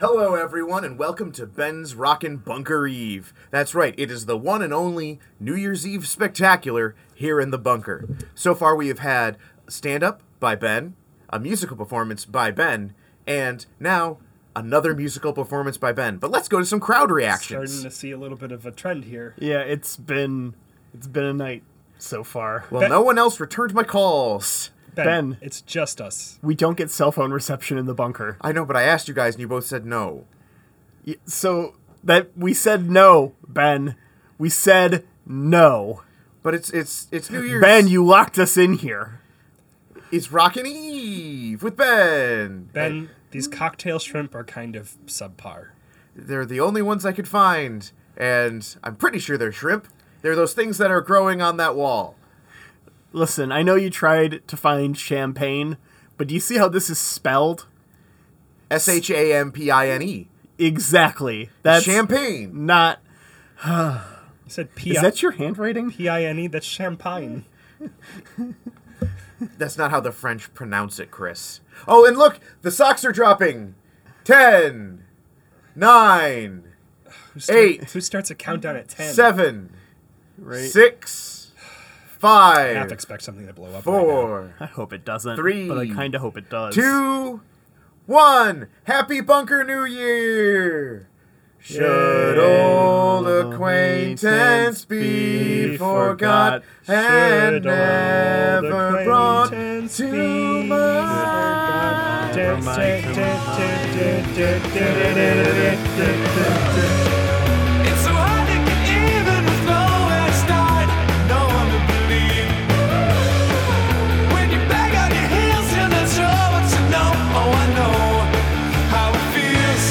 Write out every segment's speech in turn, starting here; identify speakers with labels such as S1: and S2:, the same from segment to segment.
S1: Hello, everyone, and welcome to Ben's Rockin' Bunker Eve. That's right, it is the one and only New Year's Eve spectacular here in the bunker. So far, we have had stand up by Ben, a musical performance by Ben, and now another musical performance by Ben. But let's go to some crowd
S2: starting
S1: reactions.
S2: to see a little bit of a trend here.
S3: Yeah, it's been it's been a night so far.
S1: Well,
S2: Ben-
S1: no one else returned my calls.
S2: Ben,
S3: Ben.
S2: it's just us.
S3: we don't get cell phone reception in the bunker.
S1: I know, but I asked you guys, and you both said no.
S3: Y- So that we said no, Ben. We said no.
S1: But it's it's it's New Year's.
S3: Ben, you locked us in here.
S1: it's Rockin' Eve with Ben.
S2: Ben, these cocktail shrimp are kind of subpar.
S1: They're the only ones I could find, and I'm pretty sure they're shrimp. They're those things that are growing on that wall.
S3: Listen, I know you tried to find champagne, but do you see how this is spelled?
S1: S H A M P I N E.
S3: Exactly. That's
S1: Champagne.
S3: not
S2: You said P
S3: Is
S2: I
S3: that your handwriting?
S2: P I N E. That's champagne.
S1: That's not how the French pronounce it, Chris. Oh, and look, the socks are dropping. Ten, nine,
S2: Who start-
S1: Eight.
S2: Who starts a countdown at ten?
S1: seven,
S3: Right.
S1: six,
S2: I have to
S1: five,
S2: expect something to blow up. Right now.
S1: four,
S3: I hope it doesn't.
S1: Three,
S3: But I kind of hope it does.
S1: two, one. Happy Bunker New Year! Should old acquaintance be forgot and
S2: Should old
S1: never brought
S2: acquaintance
S1: to
S2: be
S1: mind?
S2: Dun, dun, dun, dun, dun, dun, dun, dun, dun, dun, dun.
S4: It's so hard to get even with nowhere to start, no one to believe. When you back on your heels, you're not sure what you know. Oh, I know how it feels.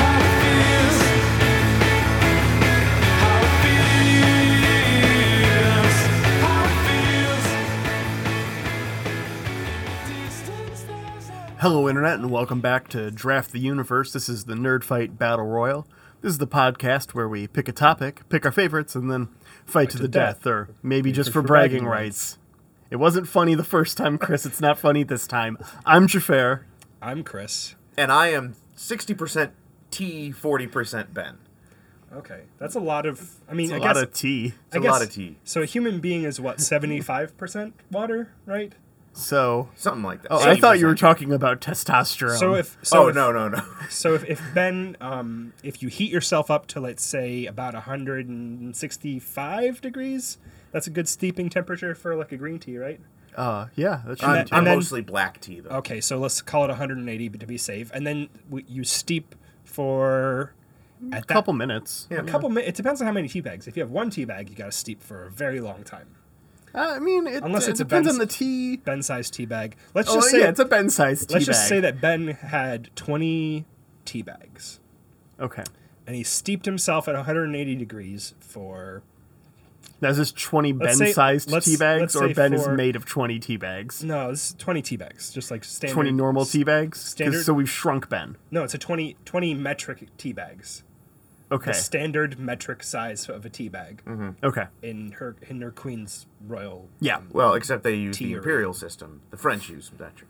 S4: How it feels. How it feels. How it feels. Distance there's a
S3: Hello, Internet, and welcome back to Draft the Universe. This is the Nerd Fight Battle Royal. This is the podcast where we pick a topic, pick our favorites, and then fight to, the death, or maybe just for bragging rights. It wasn't funny the first time, Chris. It's not funny this time. I'm Jafar.
S2: I'm Chris.
S1: And I am 60% T, 40% Ben.
S2: Okay, that's a lot of. I mean,
S3: It's a
S2: I
S3: lot
S2: guess
S3: of tea.
S2: I
S1: a
S2: guess-
S1: lot of tea.
S2: So a human being is what seventy five percent water, right?
S3: So,
S1: Something like that.
S3: oh, I thought you were
S1: 80%.
S3: talking about testosterone.
S2: So if so
S1: Oh,
S2: if,
S1: no, no, no.
S2: So if, if Ben, um, if you heat yourself up to let's say about 165 degrees, that's a good steeping temperature for like a green tea, right?
S3: uh, yeah, that should
S1: I'm,
S2: then-
S1: I'm
S2: and then-
S1: mostly black tea, though.
S2: Okay, so let's call it 180 to be safe, and then w- you steep for at
S3: a
S2: that,
S3: couple minutes.
S1: Yeah.
S2: a couple minutes. It depends on how many tea bags. If you have one tea bag, you got to steep for a very long time.
S3: I mean, it,
S2: Unless
S3: it
S2: it's a
S3: depends
S2: Ben's-
S3: on the tea.
S2: Ben-sized tea bag. Let's
S3: Oh,
S2: just say
S3: yeah, it's a Ben sized tea
S2: let's just
S3: bag.
S2: say that Ben had 20 tea bags.
S3: Okay.
S2: And he steeped himself at 180 degrees for
S3: That's just 20
S2: Let's say-
S3: Ben-sized
S2: let's-
S3: tea bags,
S2: let's
S3: or
S2: say
S3: Ben is
S2: for-
S3: made of 20 tea bags?
S2: No, it's 20 tea bags, just like standard.
S3: 20 normal tea bags? 'Cause-
S2: standard-
S3: So we've shrunk Ben.
S2: No, it's a 20, 20 metric tea bags.
S3: Okay.
S2: The standard metric size of a tea bag
S3: Okay.
S2: in her in her queen's royal.
S3: Yeah.
S1: Well, except they use the
S2: Tea or-
S1: imperial system. The French use metric.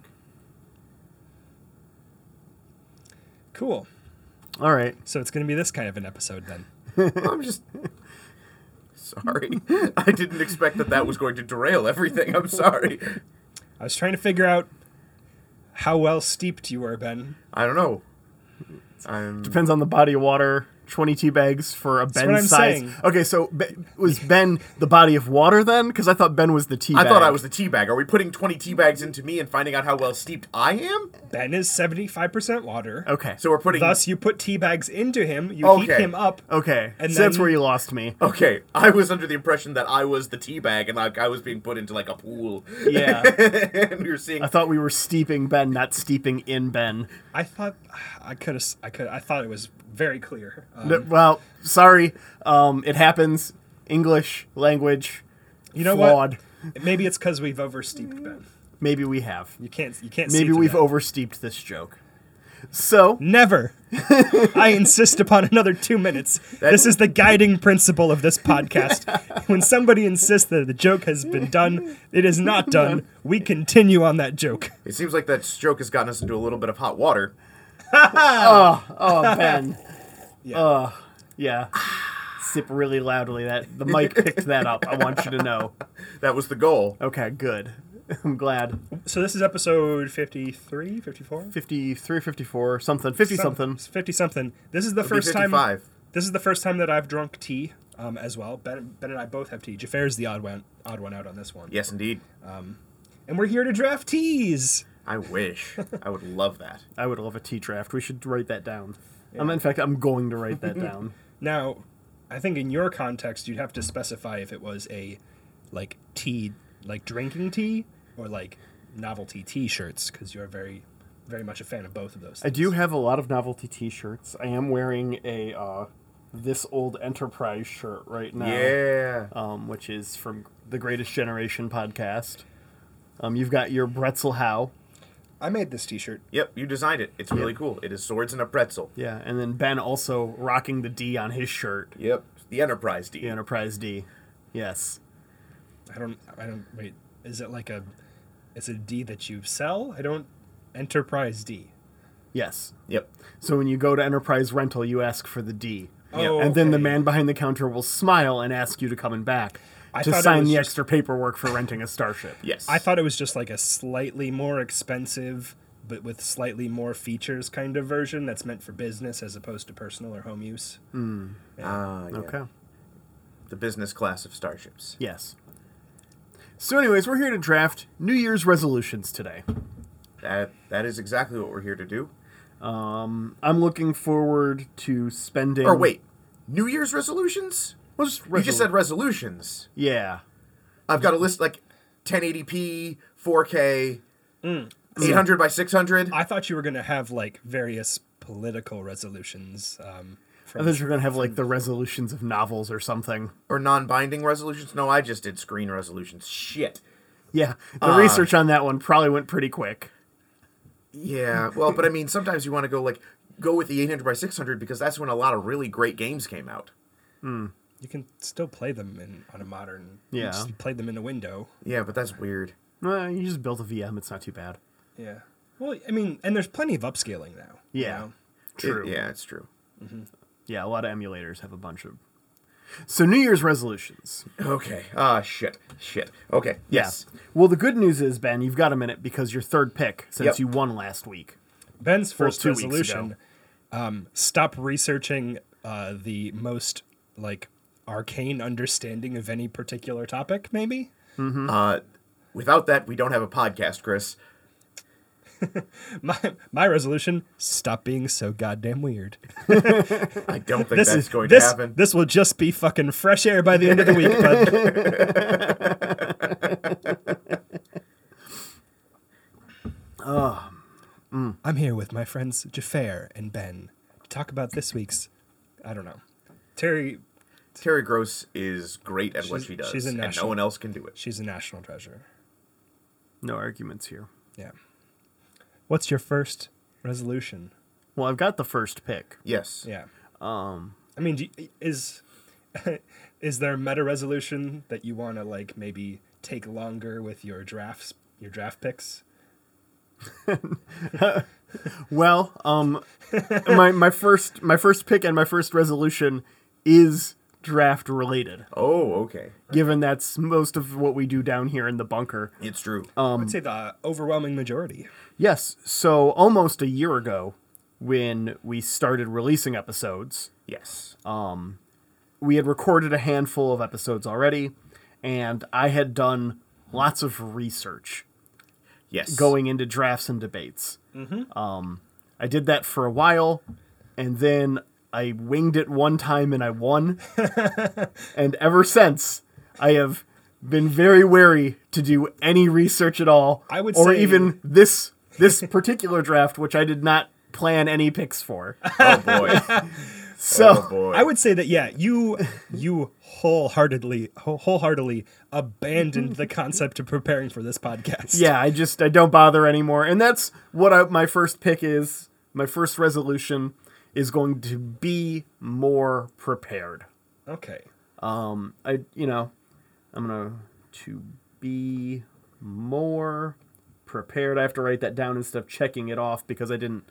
S2: Cool.
S3: All right.
S2: So it's going to be this kind of an episode then.
S1: I'm just sorry. I didn't expect that that was going to derail everything. I'm sorry.
S2: I was trying to figure out how well steeped you were, Ben.
S1: I don't know. I'm
S3: Depends on the body of water. 20 tea bags for a
S2: what
S3: Ben
S2: I'm
S3: size.
S2: saying.
S3: Okay, so Be- was Ben the body of water then? Because I thought Ben was the tea
S1: I
S3: bag.
S1: thought I was the tea bag. Are we putting 20 tea bags into me and finding out how well steeped I am?
S2: Ben is 75% water.
S3: Okay.
S1: So we're putting
S2: Thus, you put tea bags into him, you heat
S1: Okay.
S2: him up.
S3: okay. Oh.
S2: And
S3: so that's
S2: then-
S3: where you lost me.
S1: Okay, I was under the impression that I was the tea bag and like I was being put into like a pool.
S3: Yeah.
S1: and we were seeing
S3: I thought we were steeping Ben, not steeping in Ben.
S2: I thought I could have I could I thought it was very clear. Um,
S3: No, well, sorry. Um, it happens. English language
S2: you know
S3: flawed.
S2: what? Maybe it's cuz we've oversteeped Ben.
S3: Maybe we have.
S2: You can't you can't see
S3: Maybe
S2: through
S3: we've
S2: that.
S3: oversteeped this joke. So,
S2: Never. I insist upon another two minutes. this is the guiding principle of this podcast. when somebody insists that the joke has been done, it is not done. We continue on that joke.
S1: It seems like that stroke has gotten us into a little bit of hot water.
S3: oh Ben,
S2: Yeah.
S3: yeah, sip really loudly. That the mic picked that up. I want you to know.
S1: That was the goal.
S3: Okay, good. I'm glad.
S2: So this is episode 53, 54?
S3: 53, 54, something, 50 something.
S2: 50 something. This is the
S1: Be
S2: first time
S1: 55.
S2: This is the first time that I've drunk tea um, as well. Ben, ben and I both have tea. Jafar is the odd one, odd one out on this one.
S1: Yes, indeed.
S2: And we're here to draft teas.
S1: I wish. I would love that.
S3: I would love a tea draft. We should write that down. Um, in fact, I'm going to write that down.
S2: Now, I think in your context, you'd have to specify if it was a like tea, like drinking tea, or like novelty T-shirts, because you're very, very much a fan of both of those.
S3: I
S2: Things.
S3: do have a lot of novelty T-shirts. I am wearing a uh, this old Enterprise shirt right now,
S1: Yeah.
S3: um, which is from the Greatest Generation podcast. Um, you've got your Bretzel Howe,
S2: I made this T-shirt.
S1: Yep, you designed it. It's really cool. It is swords and a pretzel.
S3: yeah, and then Ben also rocking the D on his shirt,
S1: Yep. The Enterprise D.
S3: the Enterprise D. Yes,
S2: I don't. I don't. Wait. Is it like a? Is it a D that you sell? I don't. Enterprise D.
S3: yes.
S1: Yep.
S3: So when you go to Enterprise Rental, you ask for the D.
S1: Yeah.
S2: Oh,
S3: And then the
S2: okay.
S3: man behind the counter will smile and ask you to come in back
S2: I
S3: to
S2: thought it
S3: sign
S2: was
S3: the
S2: just-
S3: extra paperwork for renting a starship.
S1: Yes.
S2: I thought it was just like a slightly more expensive, but with slightly more features kind of version that's meant for business as opposed to personal or home use.
S1: Ah, yeah.
S3: Okay.
S1: The business class of starships.
S3: Yes. So, anyways, we're here to draft New Year's resolutions today.
S1: That that is exactly what we're here to do.
S3: I'm looking forward to spending.
S1: Or wait, New Year's resolutions?
S3: Well, just
S1: You just said resolutions.
S3: yeah.
S1: I've got a list like 1080p, 4K, Mm. 800 by 600.
S2: I thought you were going to have like various political resolutions. Um,
S3: I
S2: from,
S3: thought you were gonna have like the resolutions of novels or something.
S1: or non-binding resolutions. No, I just did screen resolutions. Shit.
S3: Yeah, the
S1: Uh,
S3: research on that one probably went pretty quick.
S1: Yeah. Well, but I mean, sometimes you want to go like go with the 800 by 600 because that's when a lot of really great games came out.
S2: you can still play them in on a modern. you
S3: Yeah.
S2: just play them in a window.
S1: Yeah, but that's weird.
S3: Well, you just built a VM; it's not too bad.
S2: Yeah. Well, I mean, and there's plenty of upscaling now. you
S3: Yeah.
S2: know?
S1: It-
S3: True.
S1: yeah, it's true.
S3: Yeah, a lot of emulators have a bunch of. So New Year's resolutions.
S1: Okay. Ah, shit. Shit. Okay. Yes.
S3: Yeah. Well, the good news is Ben, you've got a minute because your third pick, since
S1: Yep.
S3: you won last week.
S2: Ben's first
S3: two weeks
S2: resolution:
S3: ago.
S2: um, stop researching uh, the most like arcane understanding of any particular topic. Maybe
S1: Uh, without that, we don't have a podcast, Chris.
S2: my my resolution: stop being so goddamn weird.
S1: I don't think
S2: This
S1: that's
S2: is
S1: going
S2: this
S1: to happen.
S2: this will just be fucking fresh air by the end of the week, bud.
S1: Oh, mm.
S2: I'm here with my friends Jafar and Ben to talk about this week's. I don't know. Terry
S1: Terry Gross is great at what
S2: She's-
S1: she does,
S2: she's a
S1: and no
S2: national-
S1: one else can do it.
S2: She's a national treasure.
S3: No arguments here.
S2: Yeah. What's your first resolution?
S3: Well, I've got the first pick.
S1: Yes.
S2: Yeah. Um. I mean, do you- is is there a meta resolution that you want to like maybe take longer with your drafts, your draft picks?
S3: Well, um, my my first my first pick and my first resolution is draft related.
S1: Oh, okay.
S3: Given that's most of what we do down here in the bunker.
S1: It's true.
S2: I'd say the overwhelming majority.
S3: Yes, so almost a year ago, when we started releasing episodes,
S1: yes.
S3: we had recorded a handful of episodes already, and I had done lots of research
S1: yes.
S3: going into drafts and debates. Um,
S2: Mm-hmm.
S3: I did that for a while, and then I winged it one time and I won. and ever since, I have been very wary to do any research at all,
S2: I would
S3: or
S2: say-
S3: even this this particular draft, which I did not plan any picks for.
S1: Oh boy.
S3: So
S1: Oh boy.
S2: I would say that yeah, you you wholeheartedly whole- wholeheartedly abandoned the concept of preparing for this podcast.
S3: yeah, I just I don't bother anymore, and that's what I, my first pick is. my first resolution is going to be more prepared.
S2: Okay.
S3: I you know, I'm gonna to be more prepared. I have to write that down instead of checking it off because I didn't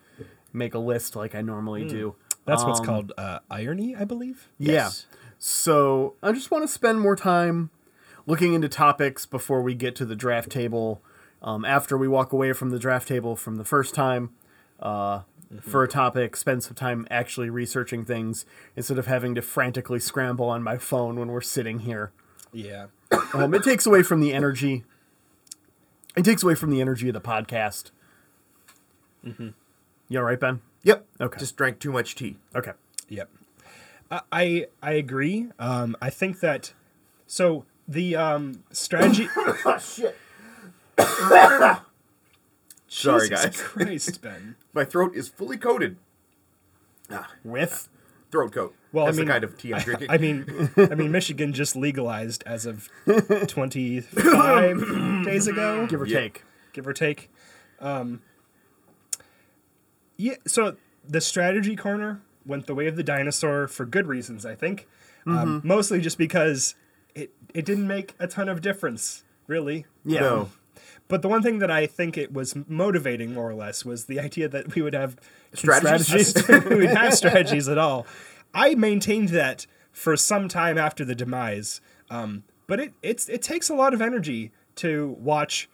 S3: make a list like I normally do.
S2: That's what's called uh, irony, I believe.
S1: Yes.
S3: Yeah. So I just want to spend more time looking into topics before we get to the draft table. Um, after we walk away from the draft table from the first time uh, for a topic, spend some time actually researching things instead of having to frantically scramble on my phone when we're sitting here.
S2: Yeah.
S3: Um, it takes away from the energy. It takes away from the energy of the podcast. You all right, Ben?
S1: Yep.
S3: Okay.
S1: Just drank too much tea.
S3: Okay.
S2: Yep. I- I I agree. Um, I think that so the um, strategy.
S1: Sorry,
S2: Jesus
S1: guys.
S2: Christ, Ben.
S1: My throat is fully coated. Ah,
S3: With
S1: throat coat.
S2: Well, I
S1: That's
S2: mean-
S1: the kind of tea I'm drinking.
S2: I mean, I mean, Michigan just legalized as of twenty five days ago,
S3: give or
S1: Yeah.
S3: take.
S2: give or take. Um, yeah. So the strategy corner went the way of the dinosaur for good reasons, I think. Um,
S3: Mm-hmm.
S2: mostly just because it it didn't make a ton of difference, really.
S3: Yeah.
S1: No.
S2: But the one thing that I think it was motivating, more or less, was the idea that we would have
S1: Strategies?
S2: strategies. we would have strategies at all. I maintained that for some time after the demise, um, but it it's it takes a lot of energy to watch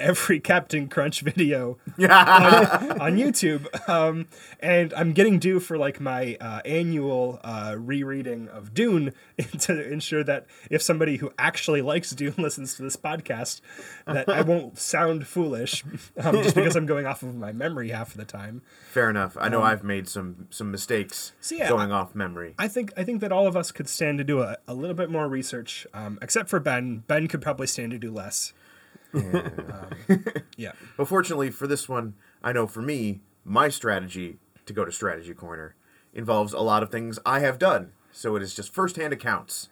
S2: every Captain Crunch video on, on YouTube, um, and I'm getting due for like my uh, annual uh, rereading of Dune to ensure that if somebody who actually likes Dune listens to this podcast, that I won't sound foolish um, just because I'm going off of my memory half of the time.
S1: Fair enough. I know I've made some some mistakes
S2: so yeah,
S1: going off memory.
S2: Um, I think I think that all of us could stand to do a, a little bit more research, um, except for Ben. Ben could probably stand to do less. um, yeah.
S1: But fortunately for this one, I know for me, my strategy to go to Strategy Corner involves a lot of things I have done. So it is just firsthand accounts.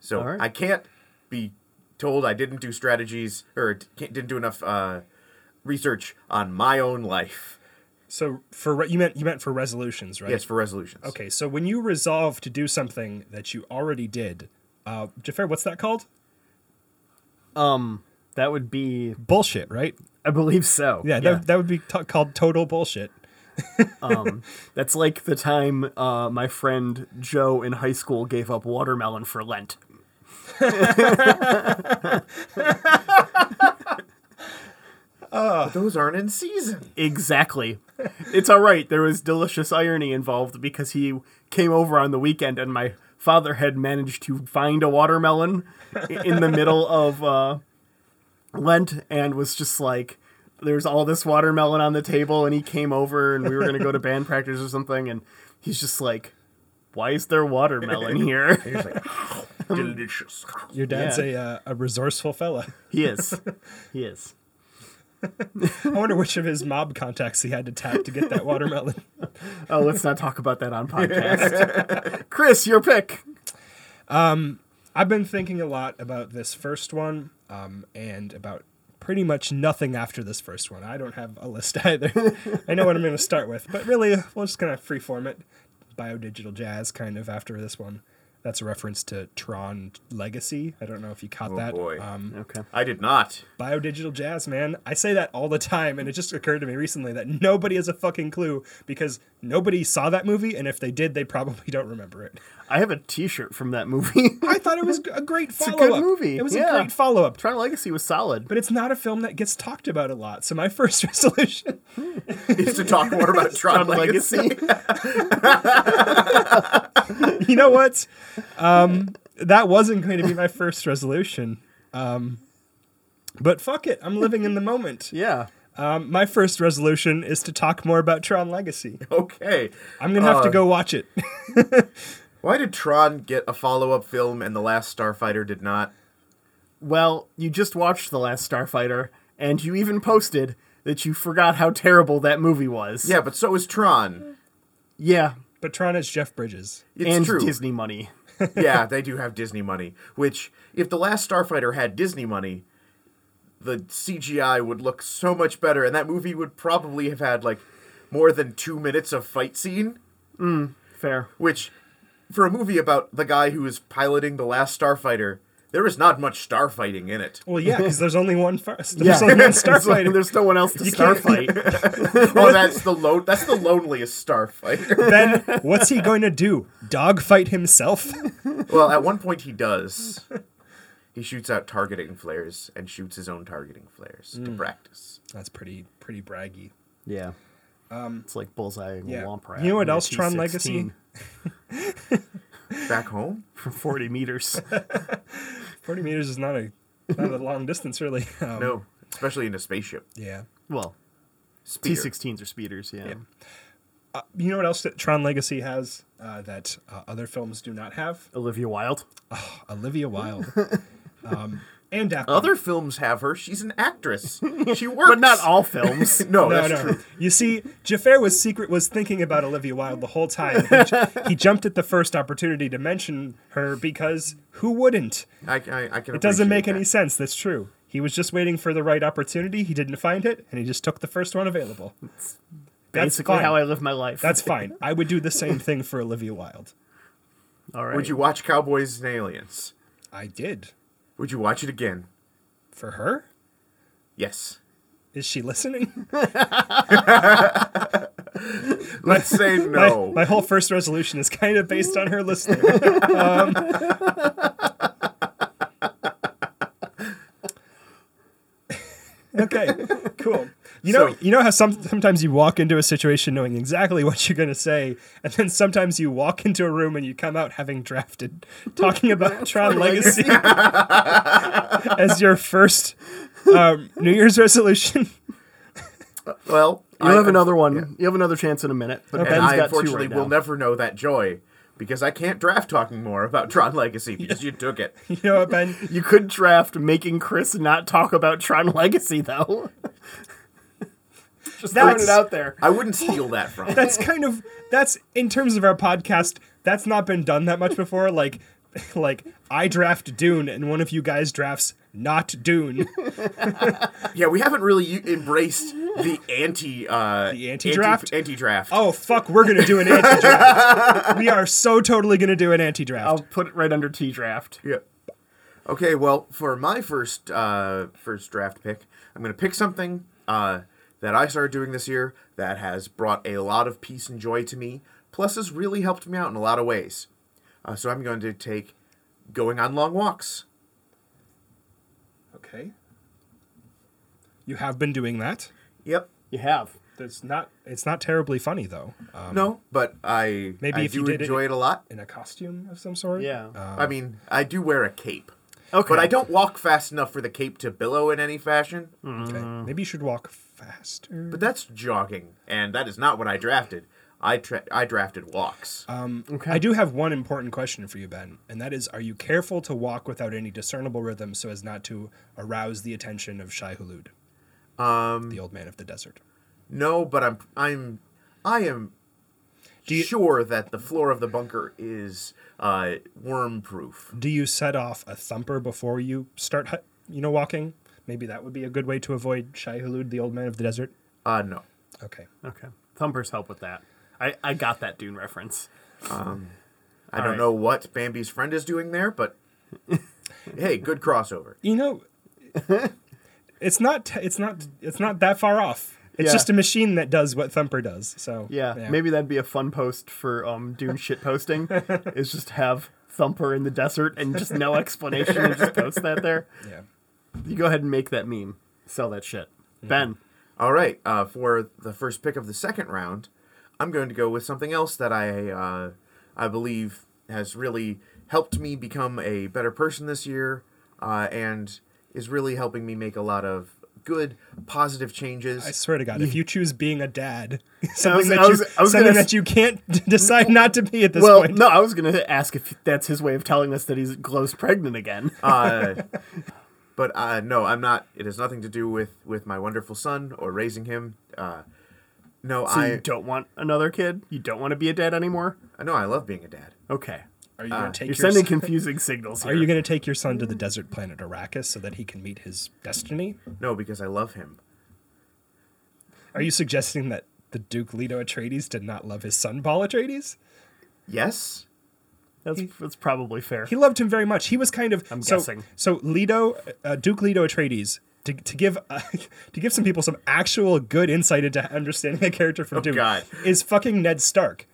S1: So
S3: All right.
S1: I can't be told I didn't do strategies or d- can't, didn't do enough uh, research on my own life.
S2: So for re- you meant you meant for resolutions, right?
S1: Yes, for resolutions.
S2: Okay, so when you resolve to do something that you already did, uh, Jafar, what's that called?
S3: That would be,
S2: Bullshit, right?
S3: I believe so.
S2: Yeah, That, that would be t- called total bullshit.
S3: That's like the time uh, my friend Joe in high school gave up watermelon for Lent.
S1: But those aren't in season.
S3: Exactly. it's all right. There was delicious irony involved because he came over on the weekend and my father had managed to find a watermelon i- in the middle of uh, Lent and was just like, there's all this watermelon on the table. And he came over and we were going to go to band practice or something. And he's just like, why is there watermelon here?
S1: It's like, delicious.
S2: Your dad's
S3: Yeah.
S2: a, uh, a resourceful fella.
S3: he is. He is.
S2: I wonder which of his mob contacts he had to tap to get that watermelon.
S3: Oh, let's not talk about that on podcast. Chris, your pick.
S2: I've been thinking a lot about this first one um, and about pretty much nothing after this first one. I don't have a list either. I know what I'm going to start with, but really, we're just going to freeform it. Biodigital jazz, kind of, after this one. That's a reference to Tron Legacy. I don't know if you caught that.
S1: boy.
S2: Um,
S3: Okay.
S1: I did not.
S2: biodigital jazz, man. I say that all the time, and it just occurred to me recently that nobody has a fucking clue because nobody saw that movie, and if they did, they probably don't remember it.
S3: I have a T-shirt from that movie.
S2: I thought it was a great
S3: a
S2: follow
S3: good
S2: up.
S3: movie,
S2: It was
S3: yeah.
S2: a great follow up.
S3: Tron Legacy was solid.
S2: but it's not a film that gets talked about a lot. So my first resolution,
S1: Is to talk more about Tron,
S3: Tron
S1: Legacy.
S3: Legacy.
S2: you know what? Um, that wasn't going to be my first resolution. Um, but fuck it, I'm living in the moment.
S3: yeah.
S2: Um, my first resolution is to talk more about Tron Legacy.
S1: Okay.
S2: I'm gonna have to
S1: Uh,
S2: go watch it.
S1: Why did Tron get a follow up film and The Last Starfighter did not?
S3: Well, you just watched The Last Starfighter, and you even posted that you forgot how terrible that movie was.
S1: Yeah, but so is Tron.
S3: Yeah.
S2: but Tron is Jeff Bridges.
S1: It's
S3: and
S1: true.
S3: Disney money.
S1: yeah, they do have Disney money. Which, if the last Starfighter had Disney money, the CGI would look so much better, and that movie would probably have had like more than two minutes of fight scene,
S3: Fair.
S1: which, for a movie about the guy who is piloting the last starfighter, there is not much starfighting in it.
S2: Well, yeah, because there's only one first. There's only one starfighter.
S3: There's no one else to
S2: You can't-
S3: starfight.
S1: Oh, that's the lo- that's the loneliest starfighter.
S2: Ben, what's he going to do? Dogfight himself?
S1: well, at one point he does. He shoots out targeting flares and shoots his own targeting flares to
S3: Hmm.
S1: practice.
S2: That's pretty pretty braggy.
S3: yeah. it's like bullseye and
S2: Um, yeah.
S3: womp rat.
S2: You know what
S3: and a
S2: else Tron
S3: T16
S2: Legacy-
S1: Back home,
S3: From 40 meters.
S2: 40 meters is not a not a long distance, really. Um,
S1: no, especially in a spaceship.
S2: Yeah.
S3: well,
S1: Speeder.
S3: T16s are speeders, yeah.
S2: You know what else that Tron Legacy has uh, that uh, other films do not have?
S3: Olivia Wilde.
S2: Olivia Wilde. um, and Ackman.
S1: Other films have her. She's an actress. She works,
S3: But not all films.
S1: No, that's
S2: No, no.
S1: true.
S2: You see, Jafar was secret was thinking about Olivia Wilde the whole time. He, j- he jumped at the first opportunity to mention her because who wouldn't?
S1: I, I, I can.
S2: It doesn't make any sense. That's true. He was just waiting for the right opportunity. He didn't find it, and he just took the first one available. That's
S3: Basically
S2: fine.
S3: how I live my life.
S2: That's fine. I would do the same thing for Olivia Wilde.
S3: all right.
S1: Would you watch Cowboys and Aliens?
S2: I did
S1: Would you watch it again?
S2: for her.
S1: Yes.
S2: Is she listening?
S1: Let's say
S2: My-
S1: no.
S2: My, whole first resolution is kind of based on her listening. Um, okay, cool. You know,
S1: So-
S2: you know how some, sometimes you walk into a situation knowing exactly what you're going to say, and then sometimes you walk into a room and you come out having drafted, talking about Tron Legacy as your first um, New Year's resolution.
S1: well,
S3: You'll
S1: I-
S3: have another one. You have another chance in a minute. But
S2: Okay.
S1: And
S3: Ben's
S1: I
S3: got two
S1: unfortunately
S3: right now.
S1: will never know that joy because I can't draft talking more about Tron Legacy because you took it.
S2: You know what, Ben?
S3: You could draft making Chris not talk about Tron Legacy, though. Just throwing
S2: That's-
S3: it out there.
S1: I wouldn't steal that from. you.
S2: that's kind of that's in terms of our podcast that's not been done that much before like like i draft dune and one of you guys drafts not dune
S1: Yeah, we haven't really u- embraced the anti uh,
S2: The anti-draft?
S1: anti draft.
S2: oh fuck we're gonna do an anti-draft we are so totally gonna do an anti-draft
S3: I'll put it right under T draft.
S1: Yeah. Okay, well, for my first uh, first draft pick, I'm going to pick something uh, that I started doing this year that has brought a lot of peace and joy to me, plus has really helped me out in a lot of ways. Uh, so I'm going to take going on long walks.
S2: okay you have been doing that
S1: Yep.
S3: You have.
S2: that's not it's not terribly funny though um,
S1: No, but I
S2: Maybe
S1: I
S2: if
S1: do
S2: you did it- Um,
S1: enjoy it, a lot.
S2: in a costume of some sort
S3: Yeah.
S1: I mean, I do wear a cape,
S3: Okay.
S1: but I don't walk fast enough for the cape to billow in any fashion.
S2: okay. maybe you should walk faster
S1: But that's jogging, and that is not what I drafted. I tra- I drafted walks.
S3: Okay.
S2: I do have one important question for you, Ben, and that is are you careful to walk without any discernible rhythm so as not to arouse the attention of Shai Hulud, um, the old man of the desert?
S1: No, but I'm I'm I am
S2: Do you-
S1: sure that the floor of the bunker is uh, worm proof.
S2: Do you set off a thumper before you start, hu- you know, walking? Maybe that would be a good way to avoid Shai Hulud, the old man of the desert.
S1: Uh, no.
S2: Okay.
S3: Okay. Thumpers help with that. I, I got that Dune reference.
S1: I
S3: All
S1: don't
S3: right.
S1: know what Bambi's friend is doing there, but hey, good crossover.
S2: You know, it's not t- it's not it's not that far off. It's
S3: Yeah.
S2: just a machine that does what Thumper does. So
S3: Yeah, maybe that'd be a fun post for um, Dune shit posting. is just have Thumper in the desert and just no explanation and just post that there.
S2: yeah.
S3: You go ahead and make that meme. Sell that shit. Ben.
S1: All right, uh, for the first pick of the second round, I'm going to go with something else that I uh, I believe has really helped me become a better person this year, uh, and is really helping me make a lot of good, positive changes.
S2: I swear to God, if you choose being a dad, something,
S3: was-
S2: that,
S3: I was-
S2: you,
S3: I was
S2: something
S3: gonna
S2: that
S3: s-
S2: you can't decide not to be at this
S3: Well,
S2: point.
S3: no, I was going to ask if that's his way of telling us that he's glows pregnant again.
S1: uh, but uh, no, I'm not. It has nothing to do with with my wonderful son or raising him. Uh, no,
S3: so you
S1: I
S3: don't want another kid? You don't want to be a dad anymore?
S1: no, I love being a dad.
S3: Okay.
S2: Are you going to
S3: uh, You're
S2: take your
S3: sending
S2: son,
S3: confusing signals here.
S2: Are you going to take your son to the desert planet Arrakis so that he can meet his destiny?
S1: No, because I love him.
S2: Are you suggesting that the Duke Leto Atreides did not love his son Paul Atreides.
S1: Yes.
S3: That's that's probably fair.
S2: He loved him very much. He was kind of. I'm so,
S3: guessing.
S2: So Leto, uh, Duke Leto Atreides, to, to give uh, to give some people some actual good insight into understanding the character from Duke,
S1: God.
S2: is fucking Ned Stark.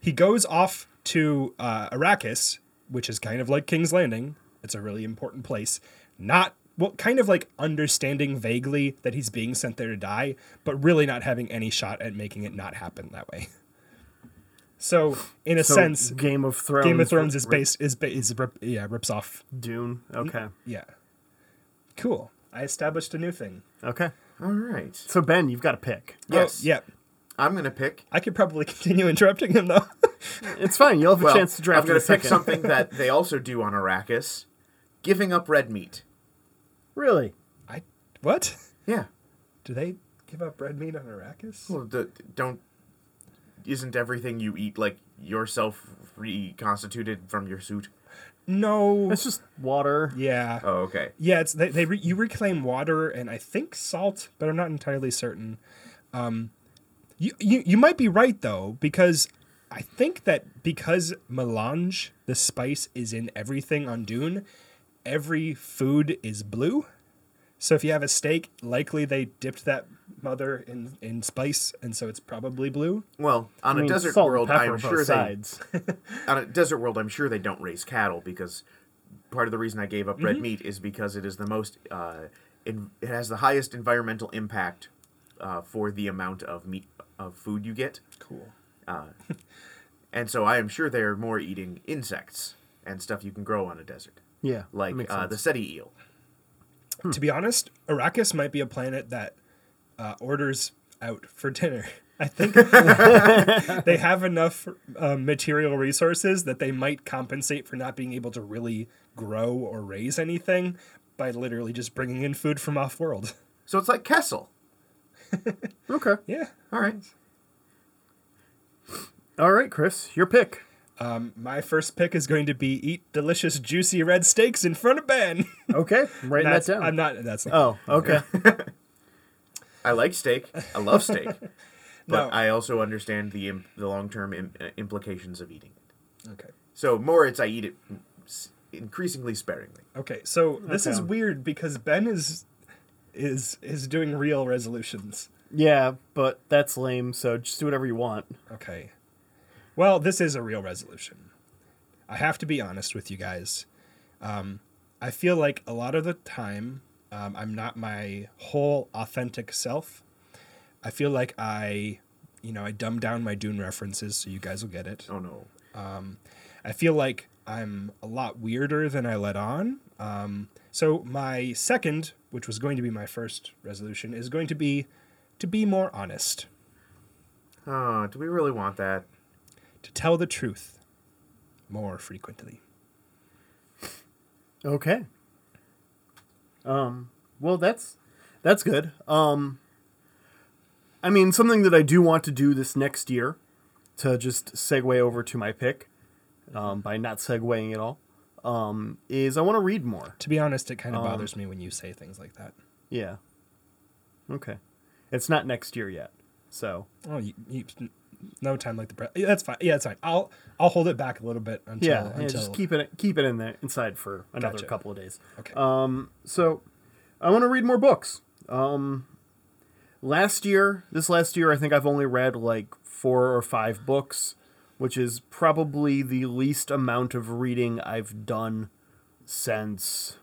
S2: He goes off to uh, Arrakis, which is kind of like King's Landing. It's a really important place. Not well, kind of like understanding vaguely that he's being sent there to die, but really not having any shot at making it not happen that way. So, in a
S3: So
S2: sense,
S3: Game of Thrones.
S2: Game of Thrones is
S3: r-
S2: based is ba- is rip, yeah rips off
S3: Dune. Okay.
S2: yeah. Cool. I established a new thing.
S3: Okay.
S1: All right.
S3: So Ben, you've got to pick.
S1: Yes.
S2: Oh, yeah.
S1: I'm gonna pick.
S2: I could probably continue interrupting him though.
S3: It's fine. You'll have a
S1: Well,
S3: chance to draft
S1: I'm
S3: in a
S1: gonna pick
S3: second.
S1: something that they also do on Arrakis, giving up red meat.
S3: Really?
S2: I what?
S1: Yeah.
S2: Do they give up red meat on Arrakis?
S1: Well, d- don't. Isn't everything you eat like yourself reconstituted from your suit?
S2: No.
S3: It's just water.
S2: Yeah.
S1: Oh, okay.
S2: Yeah, it's they, they re, you reclaim water and I think salt, but I'm not entirely certain. Um, you, you you might be right though because I think that because melange, the spice, is in everything on Dune, every food is blue. So if you have a steak, likely they dipped that mother in in spice, and so it's probably blue.
S1: Well, on
S3: I mean,
S1: a desert
S3: salt and
S1: world,
S3: pepper
S1: I'm
S3: both
S1: sure they
S3: sides.
S1: on a desert world, I'm sure they don't raise cattle because part of the reason I gave up
S3: Mm-hmm.
S1: red meat is because it is the most, uh, in, it has the highest environmental impact uh, for the amount of meat of food you get,
S2: Cool.
S1: and so I am sure they are more eating insects and stuff you can grow on a desert,
S3: Yeah.
S1: like
S3: makes
S1: uh,
S3: sense.
S1: the seti eel.
S3: Hmm.
S2: To be honest, Arrakis might be a planet that uh, orders out for dinner. I think they have enough um, material resources that they might compensate for not being able to really grow or raise anything by literally just bringing in food from off world.
S1: So it's like Kessel.
S3: Okay.
S2: Yeah.
S1: All right.
S3: All right, Chris, your pick. Hmm.
S2: My first pick is going to be eat delicious, juicy red steaks in front of Ben.
S3: Okay, I'm writing that
S2: That's,
S3: down.
S2: I'm not, that's not.
S3: Oh, okay.
S1: I like steak. I love steak, but
S2: No.
S1: I also understand the imp- the long term Im- uh, implications of eating it.
S3: Oh.
S2: okay.
S1: So more, it's I eat it mm, s- increasingly sparingly.
S2: Okay, so this is
S3: Okay.
S2: weird because Ben is is is doing real resolutions.
S3: yeah, but that's lame. So just do whatever you want.
S2: Okay. Well, this is a real resolution. I have to be honest with you guys. Um, I feel like a lot of the time um, I'm not my whole authentic self. I feel like I, you know, I dumb down my Dune references so you guys will get it.
S1: Oh no.
S2: I feel like I'm a lot weirder than I let on. Um, so my second, which was going to be my first resolution, is going to be to be more honest,
S1: Oh, do we really want that?
S2: to tell the truth more frequently.
S3: Okay. Um. Well, that's that's good. Um. I mean, something that I do want to do this next year, to just segue over to my pick, um, by not segueing at all, um, is I want to read more.
S2: To be honest, it kind of
S3: Um,
S2: bothers me when you say things like that.
S3: Yeah. Okay. It's not next year yet, so
S2: Oh, you, you no time like the pre- yeah, That's fine. Yeah, it's fine. I'll I'll hold it back a little bit until
S3: yeah, yeah,
S2: until
S3: just keep it keep it in there inside for another
S2: Gotcha.
S3: couple of days.
S2: okay.
S3: uh, So, I want to read more books. Um, last year, this last year, I think I've only read like four or five books, which is probably the least amount of reading I've done since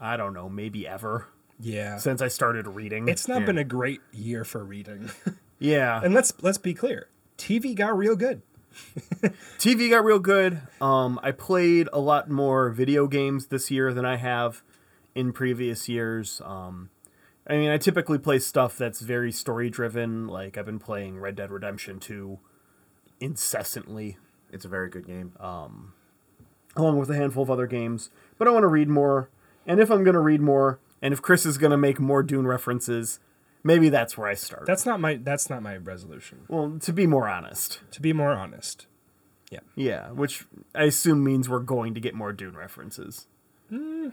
S3: I don't know, maybe ever
S2: yeah.
S3: since I started reading.
S2: it's not
S1: Yeah.
S2: been a great year for reading.
S3: yeah,
S2: and let's let's be clear. TV got real good.
S3: TV got real good. Um, I played a lot more video games this year than I have in previous years. Um, I mean, I typically play stuff that's very story driven. Like I've been playing Red Dead Redemption 2 incessantly,
S1: It's a very good game.
S3: Uh, along with a handful of other games. But I want to read more. And if I'm going to read more, and if Chris is going to make more Dune references, maybe that's where I start.
S2: That's not my that's not my resolution.
S3: well, to be more honest.
S2: To be more honest.
S3: Yeah, which I assume means we're going to get more Dune references.
S2: No.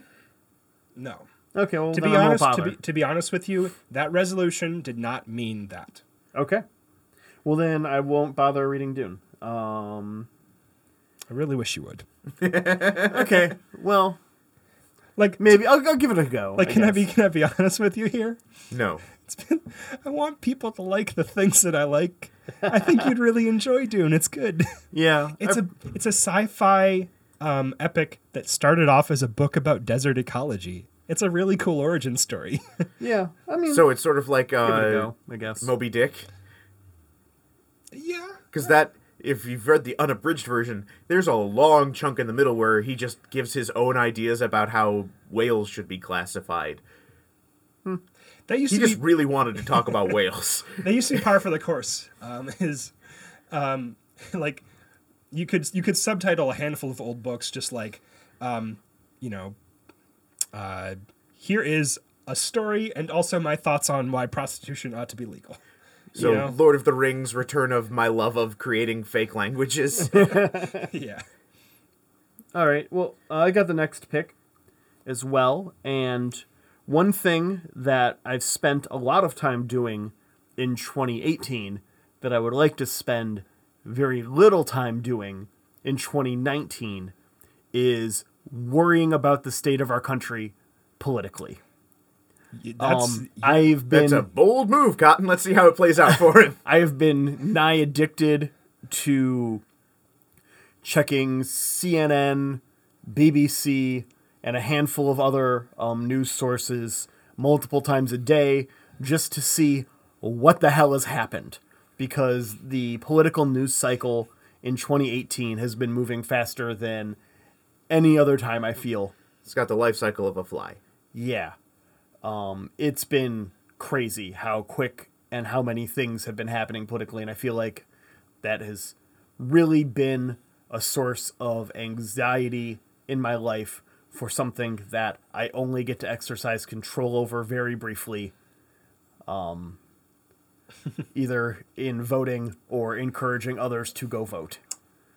S3: Okay, well,
S2: To
S3: then
S2: be
S3: I won't
S2: honest, to
S3: bother.
S2: be, to be honest with you, that resolution did not mean that.
S3: Okay. Well, then I won't bother reading Dune. Um,
S2: I really wish you would.
S3: okay. Well,
S2: Like,
S3: maybe I'll, I'll give it a go.
S2: like can I be
S3: guess.
S2: can I be honest with you here?
S1: No.
S2: I want people to like the things that I like. I think you'd really enjoy Dune. It's good.
S3: Yeah.
S2: It's
S3: I-
S2: a it's a sci-fi um, epic that started off as a book about desert ecology. It's a really cool origin story.
S3: yeah. I mean,
S1: So it's sort of like
S3: give it a
S1: uh,
S3: go. I guess.
S1: Moby Dick,
S2: yeah.
S1: because that if you've read the unabridged version, there's a long chunk in the middle where he just gives his own ideas about how whales should be classified.
S2: That used
S1: He
S2: to
S1: just
S2: be
S1: really wanted to talk about whales.
S2: that used to be par for the course. Um, is um, like you could you could subtitle a handful of old books just like um, you know uh, here is a story and also my thoughts on why prostitution ought to be legal.
S1: So
S2: Yeah.
S1: Lord of the Rings, Return of My Love of Creating Fake Languages.
S2: yeah.
S3: All right. Well, uh, I got the next pick as well. And one thing that I've spent a lot of time doing in 2018 that I would like to spend very little time doing in 2019 is worrying about the state of our country politically.
S2: That's
S3: um, I've been
S1: That's a bold move, Cotton. Let's see how it plays out for him.
S3: I have been nigh addicted to checking CNN, BBC, and a handful of other um, news sources multiple times a day just to see what the hell has happened because the political news cycle in 2018 has been moving faster than any other time I feel
S1: It's got the life cycle of a fly.
S3: yeah. Um, it's been crazy how quick and how many things have been happening politically. And I feel like that has really been a source of anxiety in my life for something that I only get to exercise control over very briefly. Um, either in voting or encouraging others to go vote.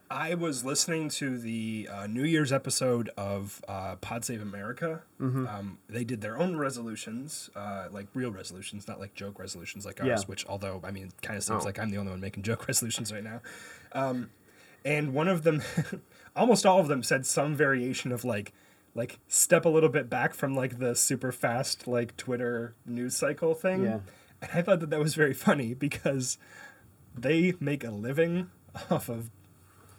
S2: I was listening to the uh, New Year's episode of uh, Pod Save America.
S3: Mm-hmm.
S2: Um, they did their own resolutions, uh, like real resolutions, not like joke resolutions like ours.
S3: Yeah.
S2: Which, although I mean, it kind of seems
S1: Oh.
S2: like I'm the only one making joke resolutions right now. Um, and one of them, almost all of them, said some variation of like, like step a little bit back from like the super fast like Twitter news cycle thing.
S3: Yeah.
S2: And I thought that that was very funny because they make a living off of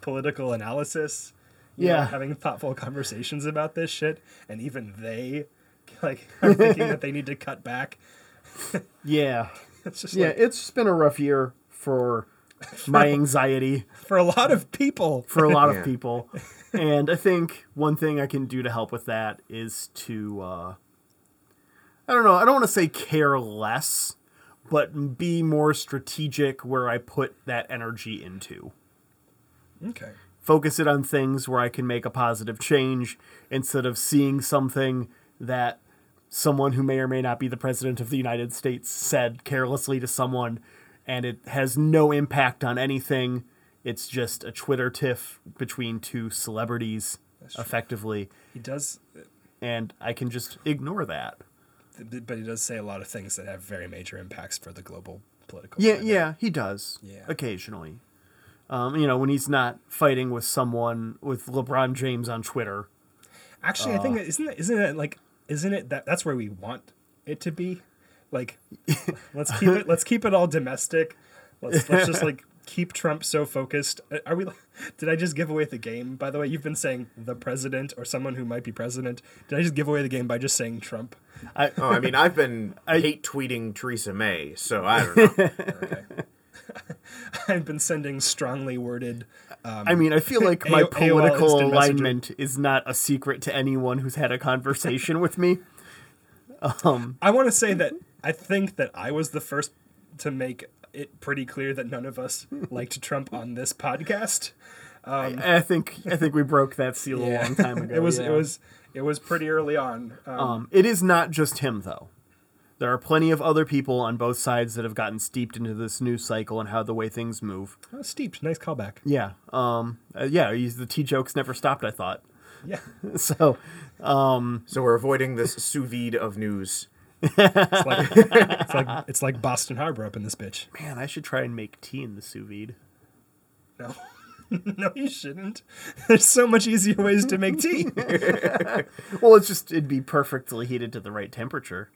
S2: political analysis. you know,
S3: Yeah.
S2: having thoughtful conversations about this shit, and even they, like, are thinking that they need to cut back.
S3: Yeah.
S2: It's just
S3: Yeah,
S2: like
S3: it's been a rough year for my anxiety.
S2: for a lot of people.
S3: for a lot
S1: Yeah.
S3: of people. And I think one thing I can do to help with that is to, uh, I don't know, I don't want to say care less, but be more strategic where I put that energy into.
S2: Okay.
S3: Focus it on things where I can make a positive change instead of seeing something that someone who may or may not be the president of the United States said carelessly to someone and it has no impact on anything. It's just a Twitter tiff between two celebrities effectively
S2: He does,
S3: and I can just ignore that.
S2: but he does say a lot of things that have very major impacts for the global political.
S3: Yeah,
S2: climate.
S3: yeah, he does.
S2: Yeah.
S3: Occasionally. Um, you know, when he's not fighting with someone with LeBron James on Twitter.
S2: Actually, I think that isn't that isn't that like isn't it that that's where we want it to be? Like, let's keep it. Let's keep it all domestic. Let's let's just like keep Trump so focused. Uh, Are we? Did I just give away the game? By the way, you've been saying the president or someone who might be president. Did I just give away the game by just saying Trump?
S3: I,
S1: Oh, I mean, I've been hate tweeting Theresa May, so I don't know.
S2: I've been sending strongly worded.
S3: I mean, I feel like my
S2: A- AOL
S3: political
S2: Instant Messenger.
S3: alignment is not a secret to anyone who's had a conversation with me.
S2: I want to say that I think that I was the first to make it pretty clear that none of us liked Trump on this podcast.
S3: I think I think we broke that seal a long time ago.
S2: it was
S3: yeah.
S2: it was it was pretty early on. Um,
S3: Um, it is not just him though. There are plenty of other people on both sides that have gotten steeped into this news cycle and how the way things move.
S2: oh, steeped, nice callback.
S3: Yeah. Um. uh, yeah. he's- The T jokes never stopped. I thought
S2: Yeah,
S3: so.
S1: so we're avoiding this sous vide of news.
S2: It's like, it's like it's like Boston Harbor up in this bitch.
S3: Man, I should try and make tea in the sous vide.
S2: No. no, you shouldn't. There's so much easier ways to make tea.
S3: Well, it's just it'd be perfectly heated to the right temperature.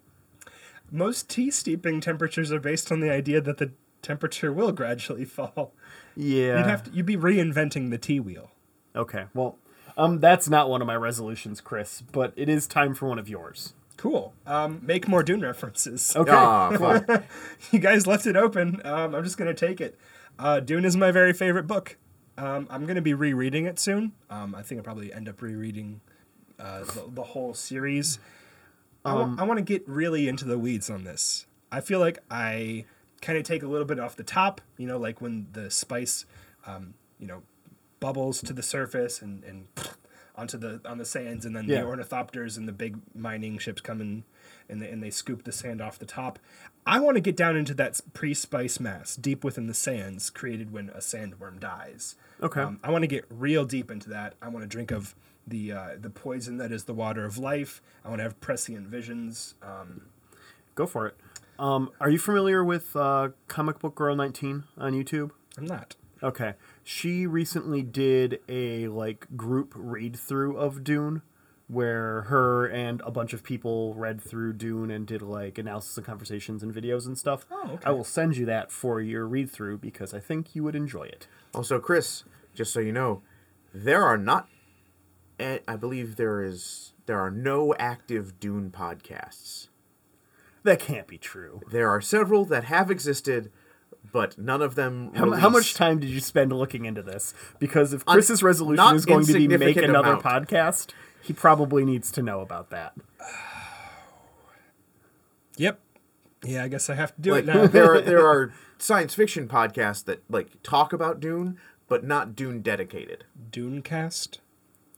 S2: Most tea steeping temperatures are based on the idea that the temperature will gradually fall.
S3: Yeah.
S2: You'd have to you'd be reinventing the tea wheel.
S3: Okay. Well, um, that's not one of my resolutions, Chris, but it is time for one of yours.
S2: Cool. Um, make more Dune references.
S3: Okay.
S1: Aw, Ah, fuck.
S2: you guys left it open. Um, I'm just gonna take it. Uh, Dune is my very favorite book. Um, I'm gonna be rereading it soon. Um, I think I'll probably end up rereading uh, the, the whole series. I wa- I want to get really into the weeds on this. I feel like I kind of take a little bit off the top. You know, like when the spice, um, you know, bubbles to the surface and and onto the on the sands, and then the
S3: Yeah.
S2: ornithopters and the big mining ships come in and they, and they scoop the sand off the top. I want to get down into that pre-spice mass deep within the sands created when a sandworm dies.
S3: Okay.
S2: Um, I want to get real deep into that. I want to drink of the uh, the poison that is the water of life. I want to have prescient visions. Um,
S3: Go for it. Um, are you familiar with uh, Comic Book Girl 19 on YouTube?
S2: I'm not.
S3: Okay. She recently did a like group read through of Dune where her and a bunch of people read through Dune and did like analysis and conversations and videos and stuff.
S2: Oh, okay.
S3: I will send you that for your read through because I think you would enjoy it.
S1: Also, Chris, just so you know, there are not, eh, I believe there is, there are no active Dune podcasts.
S3: That can't be true.
S1: There are several that have existed, but none of them.
S3: How, how much
S1: released-
S3: time did you spend looking into this? Because if
S1: Un-
S3: Chris's resolution
S1: not
S3: is going to be make
S1: insignificant
S3: another
S1: amount.
S3: podcast, he probably needs to know about that.
S2: Yep. Yeah, I guess I have to do
S1: Like
S2: it now.
S1: there are there are science fiction podcasts that like talk about Dune, but not Dune dedicated.
S2: Dunecast.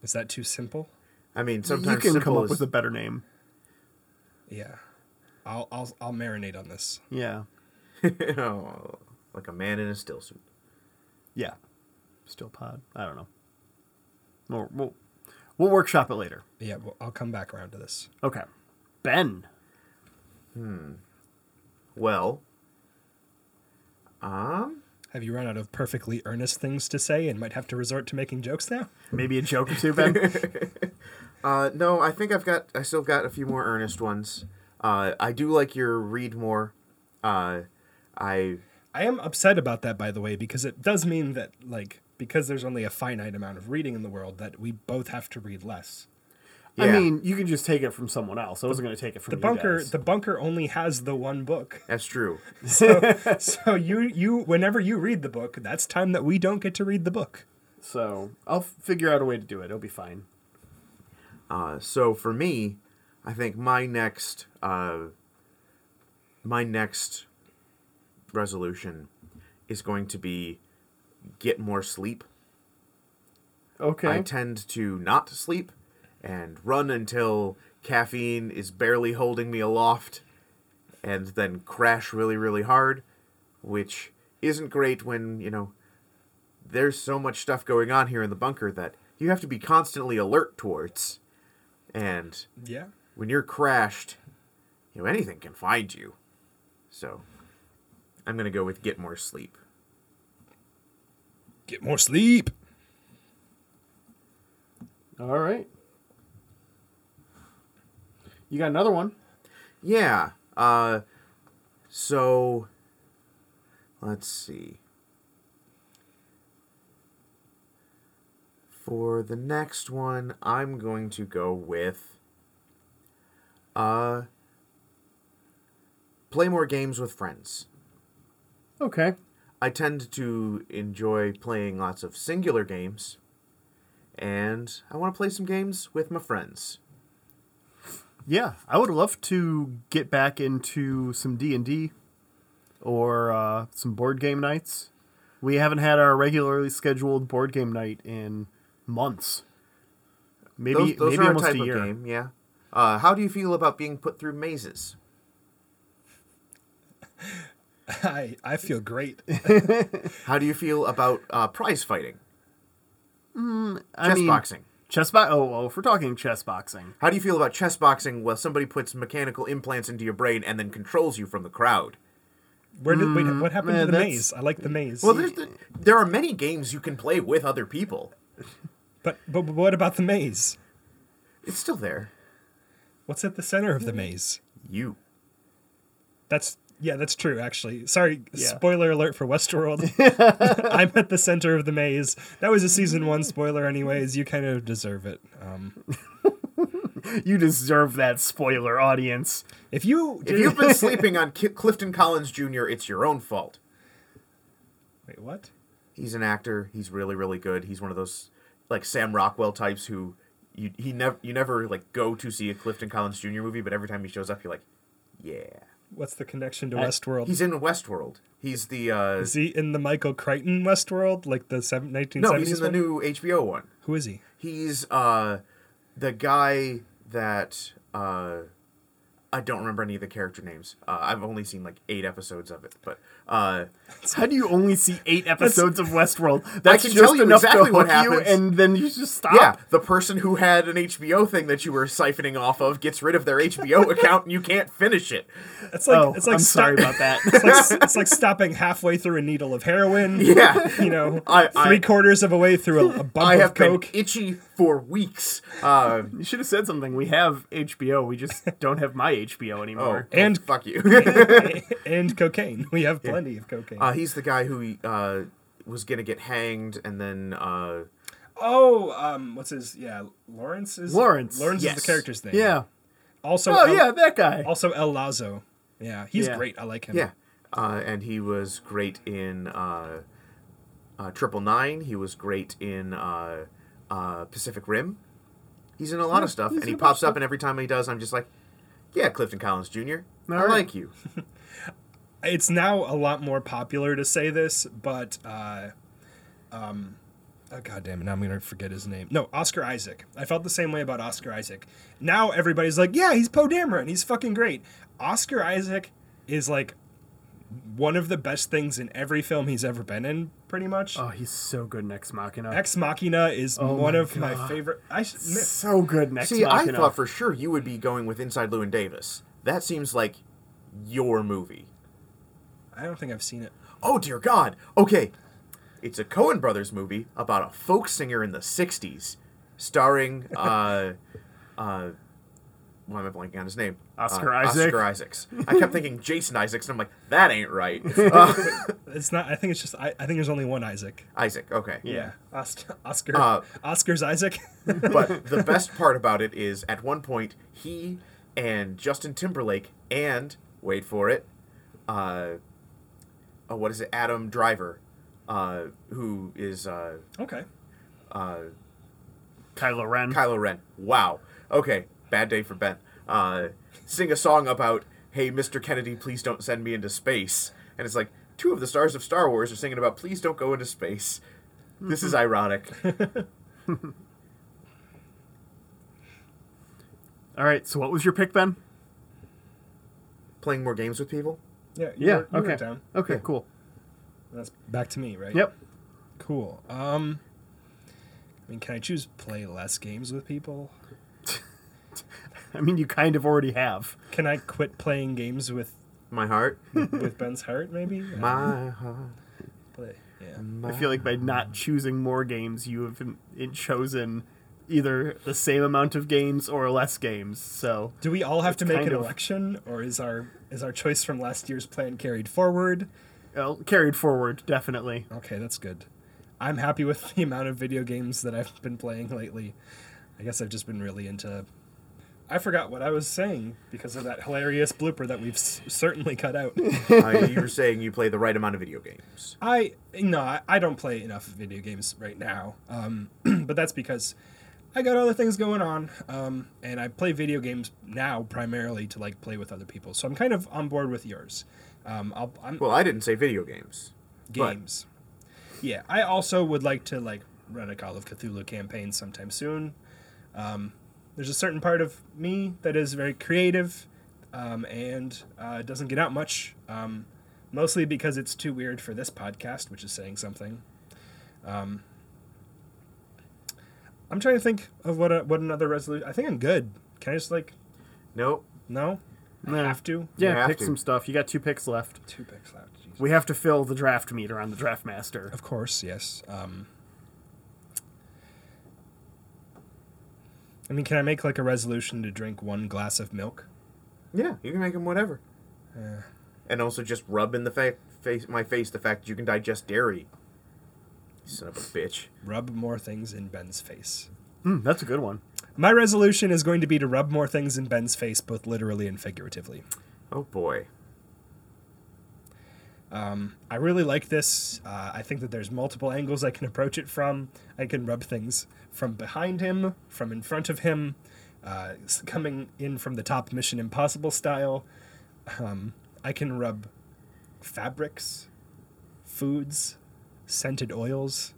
S2: Is that too simple?
S1: I mean,
S3: You
S1: sometimes
S3: can
S1: simple
S3: come up
S1: is-
S3: with a better name.
S2: Yeah. I'll I'll I'll marinate on this.
S3: Yeah.
S1: Oh, like a man in a still suit.
S3: Yeah. Still pod. I don't know. We'll, we'll, we'll workshop it later.
S2: Yeah, well, I'll come back around to this.
S3: Okay. Ben.
S1: Well,
S2: Have you run out of perfectly earnest things to say and might have to resort to making jokes now?
S3: Maybe a joke or two, Ben.
S1: Uh, no, I think I've got. I still got a few more earnest ones. Uh, I do like your read more. Uh, I
S2: I am upset about that, by the way, because it does mean that, like, because there's only a finite amount of reading in the world, that we both have to read less.
S3: I
S1: Yeah.
S3: mean, you can just take it from someone else. I wasn't going to take it from
S2: The
S3: you
S2: bunker,
S3: guys.
S2: the bunker only has the one book.
S1: that's true.
S2: so you, you, whenever you read the book, that's time that we don't get to read the book.
S3: So I'll figure out a way to do it. It'll be fine.
S1: Uh, so for me, I think my next uh, my next resolution is going to be get more sleep.
S3: Okay.
S1: I tend to not sleep and run until caffeine is barely holding me aloft and then crash really, really hard, which isn't great when, you know, there's so much stuff going on here in the bunker that you have to be constantly alert towards. And
S2: Yeah.
S1: when you're crashed, you know, anything can find you. So I'm going to go with get more sleep.
S2: Get more sleep.
S3: All right. You got another one.
S1: Yeah. Uh, so, let's see. For the next one, I'm going to go with. Uh, play more games with friends.
S3: Okay.
S1: I tend to enjoy playing lots of singular games, and I want to play some games with my friends.
S3: Yeah, I would love to get back into some D and D or uh, some board game nights. We haven't had our regularly scheduled board game night in months. Maybe
S1: those those
S3: maybe
S1: are
S3: almost
S1: a type
S3: a year.
S1: of game, yeah. Uh, how do you feel about being put through mazes?
S2: I, I feel great.
S1: How do you feel about uh, prize fighting,
S3: I
S1: chess
S3: mean,
S1: boxing?
S3: Chess box. Oh, well, if we're talking chess boxing,
S1: How do you feel about chess boxing? Well, somebody puts mechanical implants into your brain and then controls you from the crowd.
S2: Where did wait, what happened
S3: man,
S2: to the
S3: that's-
S2: maze? I like the maze.
S1: Well, there's the, there are many games you can play with other people.
S2: but, but but what about the maze?
S1: It's still there.
S2: What's at the center of the maze?
S1: You.
S2: That's yeah, that's true. Actually, sorry.
S3: Yeah.
S2: Spoiler alert for Westworld. I'm at the center of the maze. That was a season one spoiler, anyways. You kind of deserve it. Um,
S3: you deserve that spoiler, audience.
S2: if you
S1: If you've been sleeping on Ki- Clifton Collins Jr., it's your own fault.
S2: wait, what?
S1: He's an actor. He's really, really good. He's one of those like Sam Rockwell types who you he never you never like go to see a Clifton Collins Jr. movie, but every time he shows up, you're like, yeah.
S2: What's the connection to Westworld?
S1: He's in Westworld. He's the uh,
S2: Is he in the Michael Crichton Westworld, like the seven, 1970s?
S1: no, he's in the
S2: one?
S1: new HBO one.
S2: Who is he?
S1: He's uh the guy that uh I don't remember any of the character names. Uh, I've only seen like eight episodes of it, but uh
S3: How do you only see eight episodes of Westworld? That's
S1: can
S3: just
S1: tell you
S3: enough
S1: exactly
S3: to
S1: what
S3: hook you,
S1: happens.
S3: and then you just stop.
S1: yeah, the person who had an HBO thing that you were siphoning off of gets rid of their HBO account and you can't finish it.
S2: It's like
S3: oh,
S2: it's like
S3: I'm sorry
S2: stop-
S3: about that.
S2: it's, like, s- it's like stopping halfway through a needle of heroin.
S1: Yeah.
S2: You know,
S1: I- I-
S2: three quarters of a way through a, a bump
S1: I
S2: of
S1: have been
S2: coke.
S1: itchy for weeks. Uh,
S3: you should have said something. We have HBO. We just don't have my HBO
S1: oh,
S3: anymore.
S1: and
S2: And-
S1: fuck you.
S2: and cocaine. We have plenty of cocaine.
S1: uh, he's the guy who uh, was gonna get hanged and then uh,
S2: oh, um, what's his? Yeah, Lawrence is
S3: Lawrence,
S2: Lawrence
S1: yes.
S2: is the character's name.
S3: Yeah.
S2: Also.
S3: Oh
S2: El,
S3: yeah, that guy.
S2: Also El Lazo. Yeah, he's
S3: Yeah.
S2: great. I like him.
S1: Yeah, uh, and he was great in uh, uh, Triple Nine. He was great in uh, uh, Pacific Rim. He's in a lot of stuff, and he pops up, and every time he does, I'm just like, "Yeah, Clifton Collins Jr. I
S3: All right.
S1: like you."
S2: it's now a lot more popular to say this, but uh, um, oh, god damn it, now I'm gonna forget his name. No, Oscar Isaac. I felt the same way about Oscar Isaac. Now everybody's like, yeah, he's Poe Dameron, he's fucking great. Oscar Isaac is like one of the best things in every film he's ever been in, pretty much.
S3: Oh, he's so good next Machina.
S2: Ex Machina is one
S3: my
S2: of my
S3: God.
S2: favorite. I should,
S3: so good next
S1: See, I
S3: Machina.
S1: thought for sure you would be going with Inside Llewyn Davis. That seems like your movie.
S2: I don't think I've seen it.
S1: Oh dear God. Okay, it's a Cohen Brothers movie about a folk singer in the '60s, starring uh, uh, why am I blanking on his name?
S3: Oscar
S1: uh,
S3: Isaac?
S1: Oscar Isaacs. I kept thinking Jason Isaacs, and I'm like, that ain't right. Uh,
S2: It's not. I think it's just. I, I think there's only one Isaac.
S1: Isaac. Okay.
S3: yeah.
S2: Oscar. Oscar.
S1: Uh,
S2: Oscar's Isaac.
S1: But the best part about it is, at one point, he and Justin Timberlake and wait for it, uh, oh, what is it? Adam Driver, uh, who is. Uh,
S2: okay.
S3: Kylo Ren.
S1: Kylo Ren. Wow. Okay. Bad day for Ben. Uh, sing a song about, hey, Mr. Kennedy, please don't send me into space. And it's like, two of the stars of Star Wars are singing about, please don't go into space. This is ironic.
S3: All right. So what was your pick, Ben?
S1: Playing more games with people?
S2: Yeah. You
S3: Yeah.
S2: Were, you were
S3: okay.
S2: down.
S3: Okay. Cool.
S2: That's back to me, right?
S3: Yep.
S2: Cool. Um, I mean, can I choose play less games with people?
S3: I mean, you kind of already have.
S2: Can I quit playing games with
S1: My heart.
S2: with Ben's heart? Maybe. Yeah,
S1: My heart.
S2: play. Yeah.
S1: My
S3: I feel like by not choosing more games, you have in, in chosen either the same amount of games or less games. So
S2: Do we all have to make
S3: kind
S2: an
S3: of-
S2: election, or is our is our choice from last year's plan carried forward?
S3: well, uh, carried forward, definitely.
S2: Okay, that's good. I'm happy with the amount of video games that I've been playing lately. I guess I've just been really into. I forgot what I was saying because of that hilarious blooper that we've s- certainly cut out.
S1: Uh, you were saying you play the right amount of video games.
S2: I no, I, I don't play enough video games right now. Um, but that's because I got other things going on, um, and I play video games now primarily to like play with other people. So I'm kind of on board with yours. Um, I'll, I'm
S1: Well, I didn't say video games. but-
S2: games. Yeah, I also would like to like run a Call of Cthulhu campaign sometime soon. Um, there's a certain part of me that is very creative um, and uh, doesn't get out much, um, mostly because it's too weird for this podcast, which is saying something. Um, I'm trying to think of what a, what another resolution. I think I'm good. Can I just like
S1: Nope.
S2: no? I
S3: No.
S2: have to.
S1: You
S3: Yeah,
S1: have
S3: pick
S1: to.
S3: some stuff. You got two picks left.
S2: Two picks left. Jesus.
S3: We have to fill the draft meter on the draft master.
S2: Of course, yes. Um, I mean, can I make like a resolution to drink one glass of milk?
S1: Yeah, you can make them whatever.
S2: Yeah.
S1: And also just rub in the fa- face my face the fact that you can digest dairy. You son of a bitch.
S2: Rub more things in Ben's face.
S3: Hmm, that's a good one.
S2: My resolution is going to be to rub more things in Ben's face, both literally and figuratively.
S1: Oh boy.
S2: Um, I really like this. Uh, I think that there's multiple angles I can approach it from. I can rub things from behind him, from in front of him, uh, s- coming in from the top, Mission Impossible style. Um, I can rub fabrics, foods, scented oils.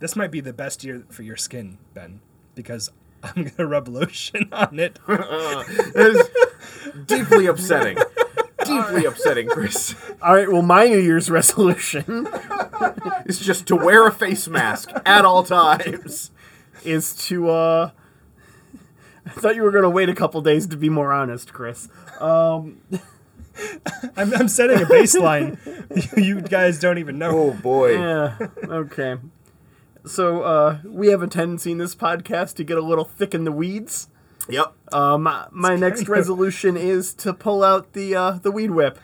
S2: This might be the best year for your skin, Ben, because I'm gonna rub lotion on it.
S1: That is deeply upsetting. Deeply upsetting, Chris.
S3: All right, well, my New Year's resolution
S1: It's just to wear a face mask at all times.
S3: is to, uh. I thought you were going to wait a couple days to be more honest, Chris. Um,
S2: I'm, I'm setting a baseline. you guys don't even know.
S1: Oh boy.
S3: yeah, okay. So, uh, we have a tendency in this podcast to get a little thick in the weeds.
S1: Yep.
S3: Uh, my my next
S2: of-
S3: resolution is to pull out the uh, the weed whip.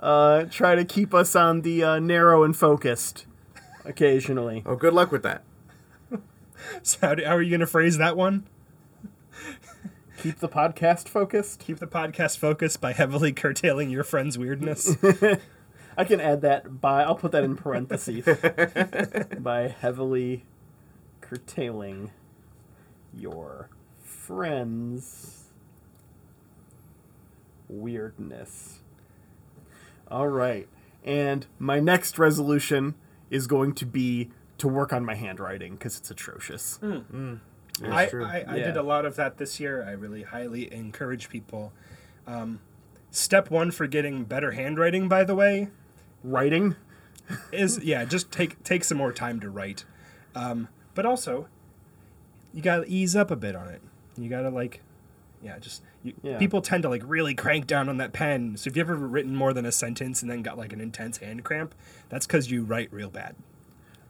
S3: Uh, try to keep us on the uh, narrow and focused occasionally.
S1: Oh, good luck with that.
S2: So how, do, how are you going to phrase that one?
S3: Keep the podcast focused.
S2: Keep the podcast focused by heavily curtailing your friend's weirdness.
S3: I can add that by I'll put that in parentheses by heavily curtailing your friends weirdness. All right. And my next resolution is going to be to work on my handwriting cuz it's atrocious.
S2: Mm. I,
S1: true.
S2: I, I
S3: Yeah.
S2: did a lot of that this year. I really highly encourage people. Um, step one for getting better handwriting, by the way,
S3: Writing?
S2: is yeah, just take take some more time to write. Um, but also, you gotta ease up a bit on it. You gotta like, yeah, just you,
S3: Yeah.
S2: people tend to like really crank down on that pen. So if you've ever written more than a sentence and then got like an intense hand cramp, that's because you write real bad.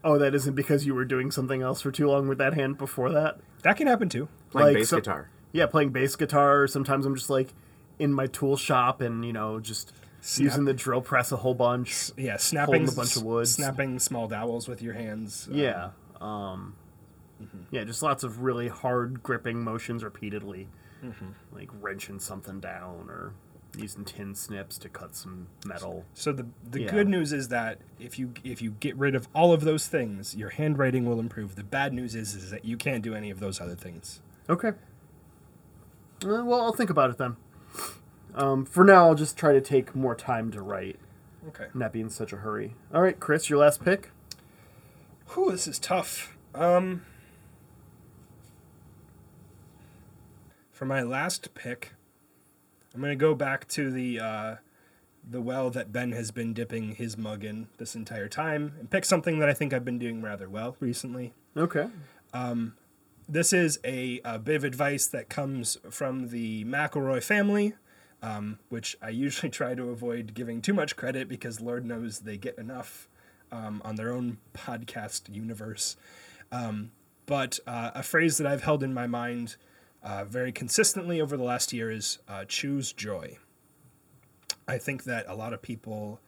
S3: Oh, that isn't because you were doing something else for too long with that hand before that?
S2: That can happen too.
S1: Playing
S3: like
S1: bass
S3: some-
S1: guitar.
S3: yeah, playing bass guitar. Sometimes I'm just like in my tool shop and you know just
S2: Snap.
S3: using the drill press a whole bunch.
S2: Yeah, snapping
S3: a bunch of wood.
S2: snapping small dowels with your hands. uh,
S3: Yeah, um, mm-hmm. yeah, just lots of really hard gripping motions repeatedly, like wrenching something down or using tin snips to cut some metal.
S2: So the the
S3: Yeah.
S2: good news is that if you if you get rid of all of those things, your handwriting will improve. The bad news is is that you can't do any of those other things.
S3: Okay. Uh, Well, I'll think about it then. Um, for now, I'll just try to take more time to write,
S2: Okay.
S3: and not be in such a hurry. All right, Chris, your last pick.
S2: Whew, this is tough. Um For my last pick, I'm going to go back to the uh the well that Ben has been dipping his mug in this entire time and pick something that I think I've been doing rather well recently.
S3: Okay.
S2: this is a, a bit of advice that comes from the McElroy family, um, which I usually try to avoid giving too much credit because Lord knows they get enough um, on their own podcast universe. Um, but uh, a phrase that I've held in my mind uh, very consistently over the last year is uh, choose joy. I think that a lot of people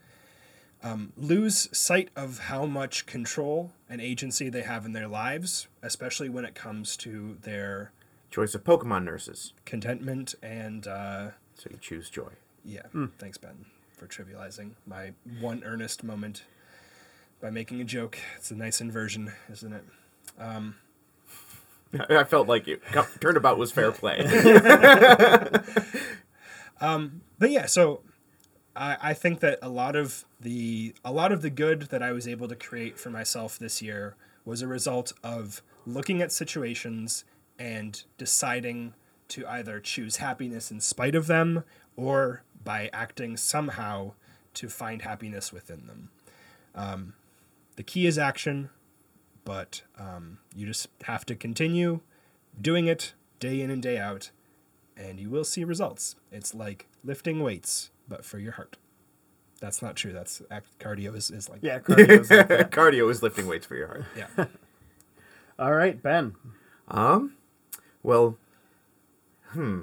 S2: lose sight of how much control and agency they have in their lives, especially when it comes to their
S1: Choice of Pokemon nurses.
S2: contentment and uh,
S1: So you choose joy.
S2: yeah. Thanks, Ben, for trivializing my one earnest moment by making a joke. It's a nice inversion, isn't it?
S1: I I felt like you. Co- Turnabout was fair play.
S2: but yeah, so I, I think that a lot of the a lot of the good that I was able to create for myself this year was a result of looking at situations and deciding to either choose happiness in spite of them or by acting somehow to find happiness within them. Um, the key is action, but um, you just have to continue doing it day in and day out, and you will see results. It's like lifting weights, but for your heart. That's not true. That's act, cardio is, is like
S3: Yeah, cardio's like that.
S1: Cardio is lifting weights for your heart.
S2: yeah.
S3: All right, Ben.
S1: Um, well, hmm.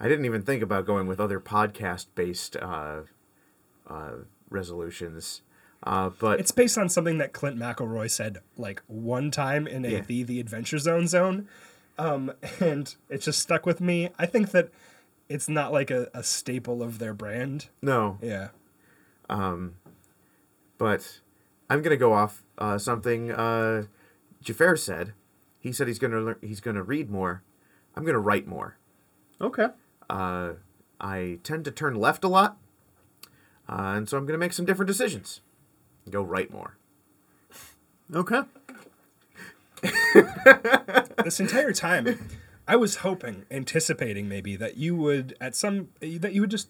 S1: I didn't even think about going with other podcast-based uh, uh, resolutions, uh, but
S2: It's based on something that Clint McElroy said like one time in a
S1: Yeah.
S2: the the Adventure Zone zone, um, and it just stuck with me. I think that it's not like a, a staple of their brand.
S1: no.
S2: Yeah,
S1: But I'm gonna go off uh, something uh, Jafar said. He said he's gonna learn, he's gonna read more. I'm gonna write more.
S3: Okay.
S1: Uh, I tend to turn left a lot, uh, and so I'm gonna make some different decisions. Go right more.
S3: Okay.
S2: this entire time, I was hoping, anticipating maybe that you would at some that you would just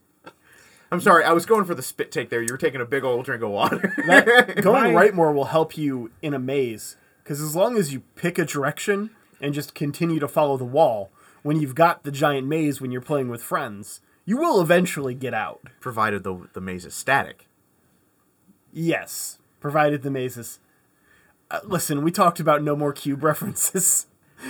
S1: I'm sorry, I was going for the spit take there. You were taking a big old drink of water.
S3: That, going
S2: My-
S3: right more will help you in a maze because as long as you pick a direction and just continue to follow the wall, when you've got the giant maze when you're playing with friends, you will eventually get out.
S1: provided the the maze is static.
S3: Yes, provided the maze is. Uh, listen, we talked about no more cube references.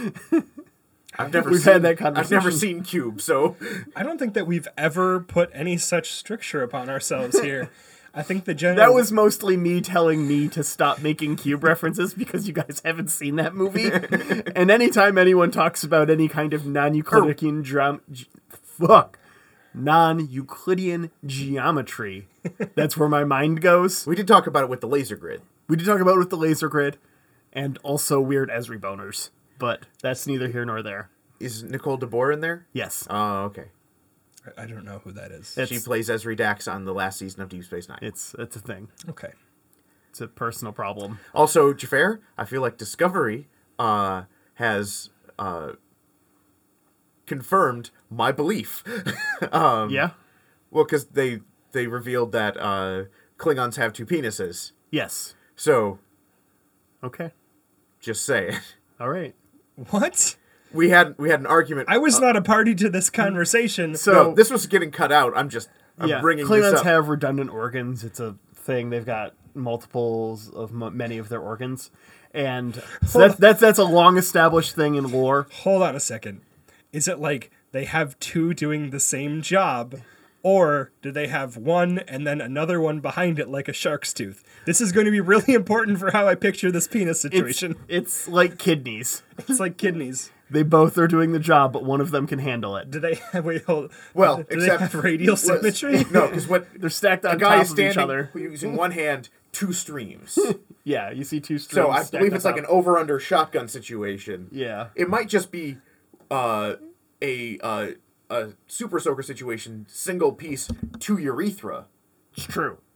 S1: I've never
S3: We've
S1: seen,
S3: had that
S1: I've never
S3: conversation.
S1: seen Cube, so
S2: I don't think that we've ever put any such stricture upon ourselves here. I think the general
S3: That was mostly me telling me to stop making cube references because you guys haven't seen that movie. and anytime anyone talks about any kind of non-Euclidean drum, g- fuck, non-Euclidean geometry, that's where my mind goes.
S1: we did talk about it with the laser grid.
S3: We did talk about it with the laser grid, and also weird Esri boners, but that's neither here nor there.
S1: Is Nicole DeBoer in there?
S3: Yes,
S1: Oh, okay.
S2: I don't know who that is.
S3: It's-
S1: She plays Esri Dax on the last season of Deep Space Nine.
S3: it's it's a thing.
S2: Okay.
S3: It's a personal problem.
S1: also, Jafar, I feel like Discovery uh, has uh, confirmed my belief.
S3: yeah.
S1: well, because they they revealed that uh, Klingons have two penises.
S3: Yes.
S1: So
S3: Okay.
S1: just say it.
S3: All right.
S2: What?
S1: We had we had an argument.
S2: I was not a party to this conversation.
S3: Uh, mm, So
S1: no, this was getting cut out. I'm just I'm bringing
S3: Klingons
S1: this up.
S3: have redundant organs. It's a thing. They've got multiples of m- many of their organs, and so that's that's that's a long established thing in lore.
S2: Hold on a second. Is it like they have two doing the same job? Or do they have one and then another one behind it like a shark's tooth? This is going to be really important for how I picture this penis
S3: It's,
S2: situation.
S3: it's like kidneys.
S2: It's, like kidneys.
S3: They both are doing the job, but one of them can handle it.
S2: Do they have wait hold
S1: Well,
S2: do
S1: except
S2: they have radial symmetry?
S1: No, because what
S3: They're stacked on
S1: a guy
S3: top
S1: is
S3: of each
S1: standing
S3: other.
S1: using one hand, two streams.
S3: Yeah, you see two strings.
S1: so I
S3: stacked
S1: believe
S3: on
S1: it's like an
S3: top.
S1: over/under shotgun situation.
S3: Yeah.
S1: it might just be uh, a uh, a super soaker situation, single piece to urethra.
S3: It's true.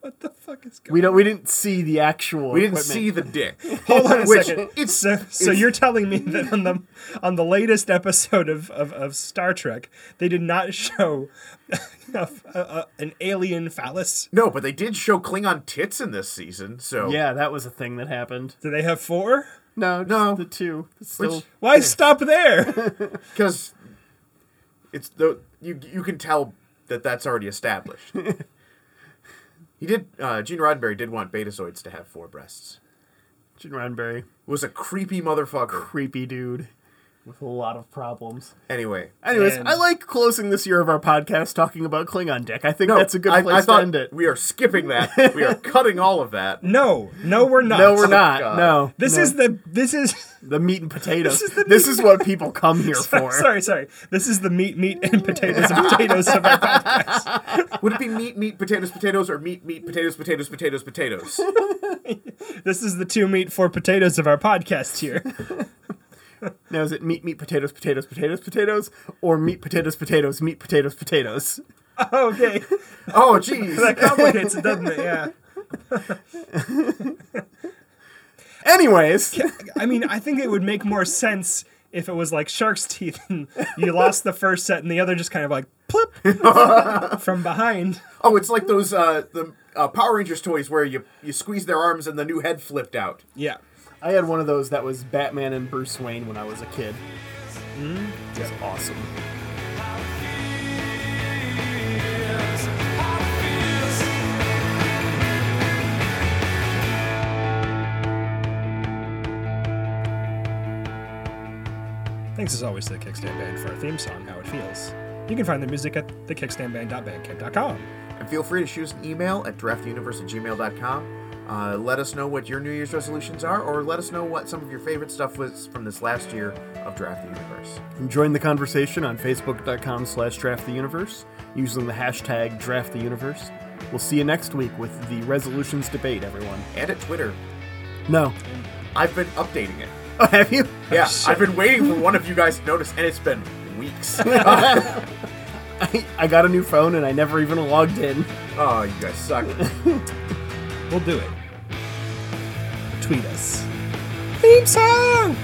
S2: What the fuck is going
S3: We don't. We didn't see the actual.
S1: We didn't
S3: equipment.
S1: see the dick.
S2: Hold on a
S1: Which
S2: second.
S1: it's-
S2: so, so
S1: it's-
S2: you're telling me that on the on the latest episode of, of, of Star Trek, they did not show a, a, a- an alien phallus?
S1: no, but they did show Klingon tits in this season. So
S3: Yeah, that was a thing that happened.
S2: Do they have four?
S3: No, just
S1: No.
S3: the two. It's
S1: Which-
S3: still
S2: Why stop there?
S1: because it's the you you can tell that that's already established. he did. Uh, Gene Roddenberry did want Betazoids to have four breasts.
S3: Gene Roddenberry,
S1: Was a creepy motherfucker.
S3: creepy dude with a lot of problems.
S1: Anyway,
S3: Anyways,
S2: And-
S3: I like closing this year of our podcast talking about Klingon Dick. I think that's a good
S1: I-
S3: place
S1: I
S3: to
S1: thought
S3: end it.
S1: We are skipping that. we are cutting all of that.
S2: No, no, we're not.
S3: No, we're not.
S1: God.
S3: No,
S2: Oh, This
S3: No.
S2: is the this is
S3: the meat and potatoes.
S2: This
S3: This
S2: is
S3: is,
S2: the
S3: what people come here for.
S2: sorry, sorry. This is the meat, meat, and potatoes and potatoes of our podcast.
S1: Would it be meat, meat, potatoes, potatoes, or meat, meat, potatoes, potatoes, potatoes, potatoes?
S2: This is the two meat four potatoes of our podcast here.
S3: Now is it meat, meat, potatoes, potatoes, potatoes, potatoes, or meat, potatoes, potatoes, meat, potatoes, potatoes?
S2: Okay,
S1: oh, jeez.
S2: that complicates it, doesn't it? Yeah.
S3: Anyways,
S2: I mean, I think it would make more sense if it was like shark's teeth and you lost the first set and the other just kind of like plip from behind.
S1: Oh, it's like those uh, the uh, Power Rangers toys where you you squeeze their arms and the new head flipped out.
S2: Yeah.
S3: I had one of those that was Batman and Bruce Wayne when I was a kid. Mm-hmm.
S2: Hmm?
S3: It's awesome.
S2: Thanks as always to the Kickstand Band for our theme song, How It Feels. You can find the music at thekickstandband.bandcamp.com.
S1: And feel free to shoot us an email at draftuniverse at gmail.com. Uh, let us know what your New Year's resolutions are, or let us know what some of your favorite stuff was from this last year of Draft the Universe.
S3: And join the conversation on facebook.com slash drafttheuniverse using the hashtag drafttheuniverse. We'll see you next week with the resolutions debate, everyone.
S1: And at Twitter,
S3: No.
S1: I've been updating it.
S3: Oh, have you?
S1: Yeah, I've been waiting for one of you guys to notice, and it's been weeks.
S3: I, I got a new phone and I never even logged in.
S1: oh, you guys suck.
S2: We'll do it. Tweet us. Theme song!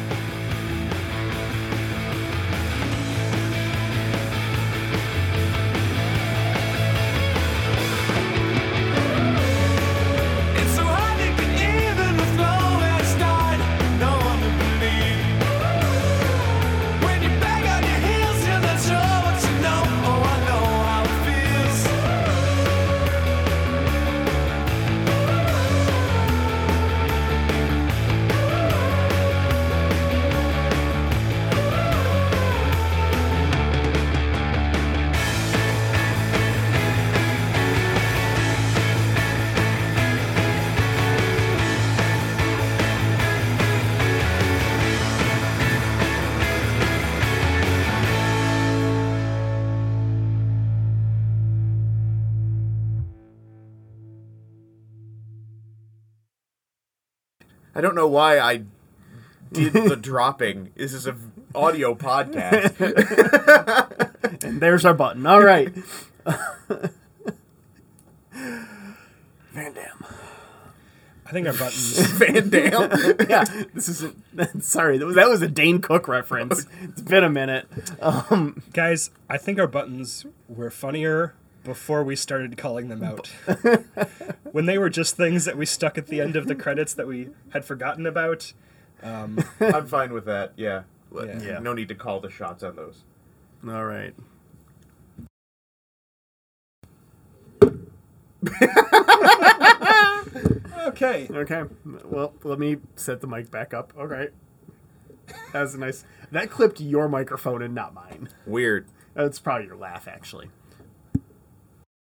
S4: It's so hard to get even with nowhere start. No one will believe. When you back on your heels, you're not sure what you know. Oh, I know how it feels.
S1: I don't know why I did the dropping. This is an audio podcast.
S3: And there's our button. All right. Van Dam.
S2: I think our buttons.
S1: Van Dam.
S3: Yeah, this isn't. Sorry, that was, that was a Dane Cook reference. It's been a minute.
S2: Guys, I think our buttons were funnier before we started calling them out. when they were just things that we stuck at the end of the credits that we had forgotten about.
S1: I'm fine with that. Yeah.
S2: Yeah.
S1: No need to call the shots on those.
S3: All right.
S2: Okay.
S3: Okay. Well, let me set the mic back up. All right. That was a nice. That clipped your microphone and not mine.
S1: Weird.
S3: That's probably your laugh, actually.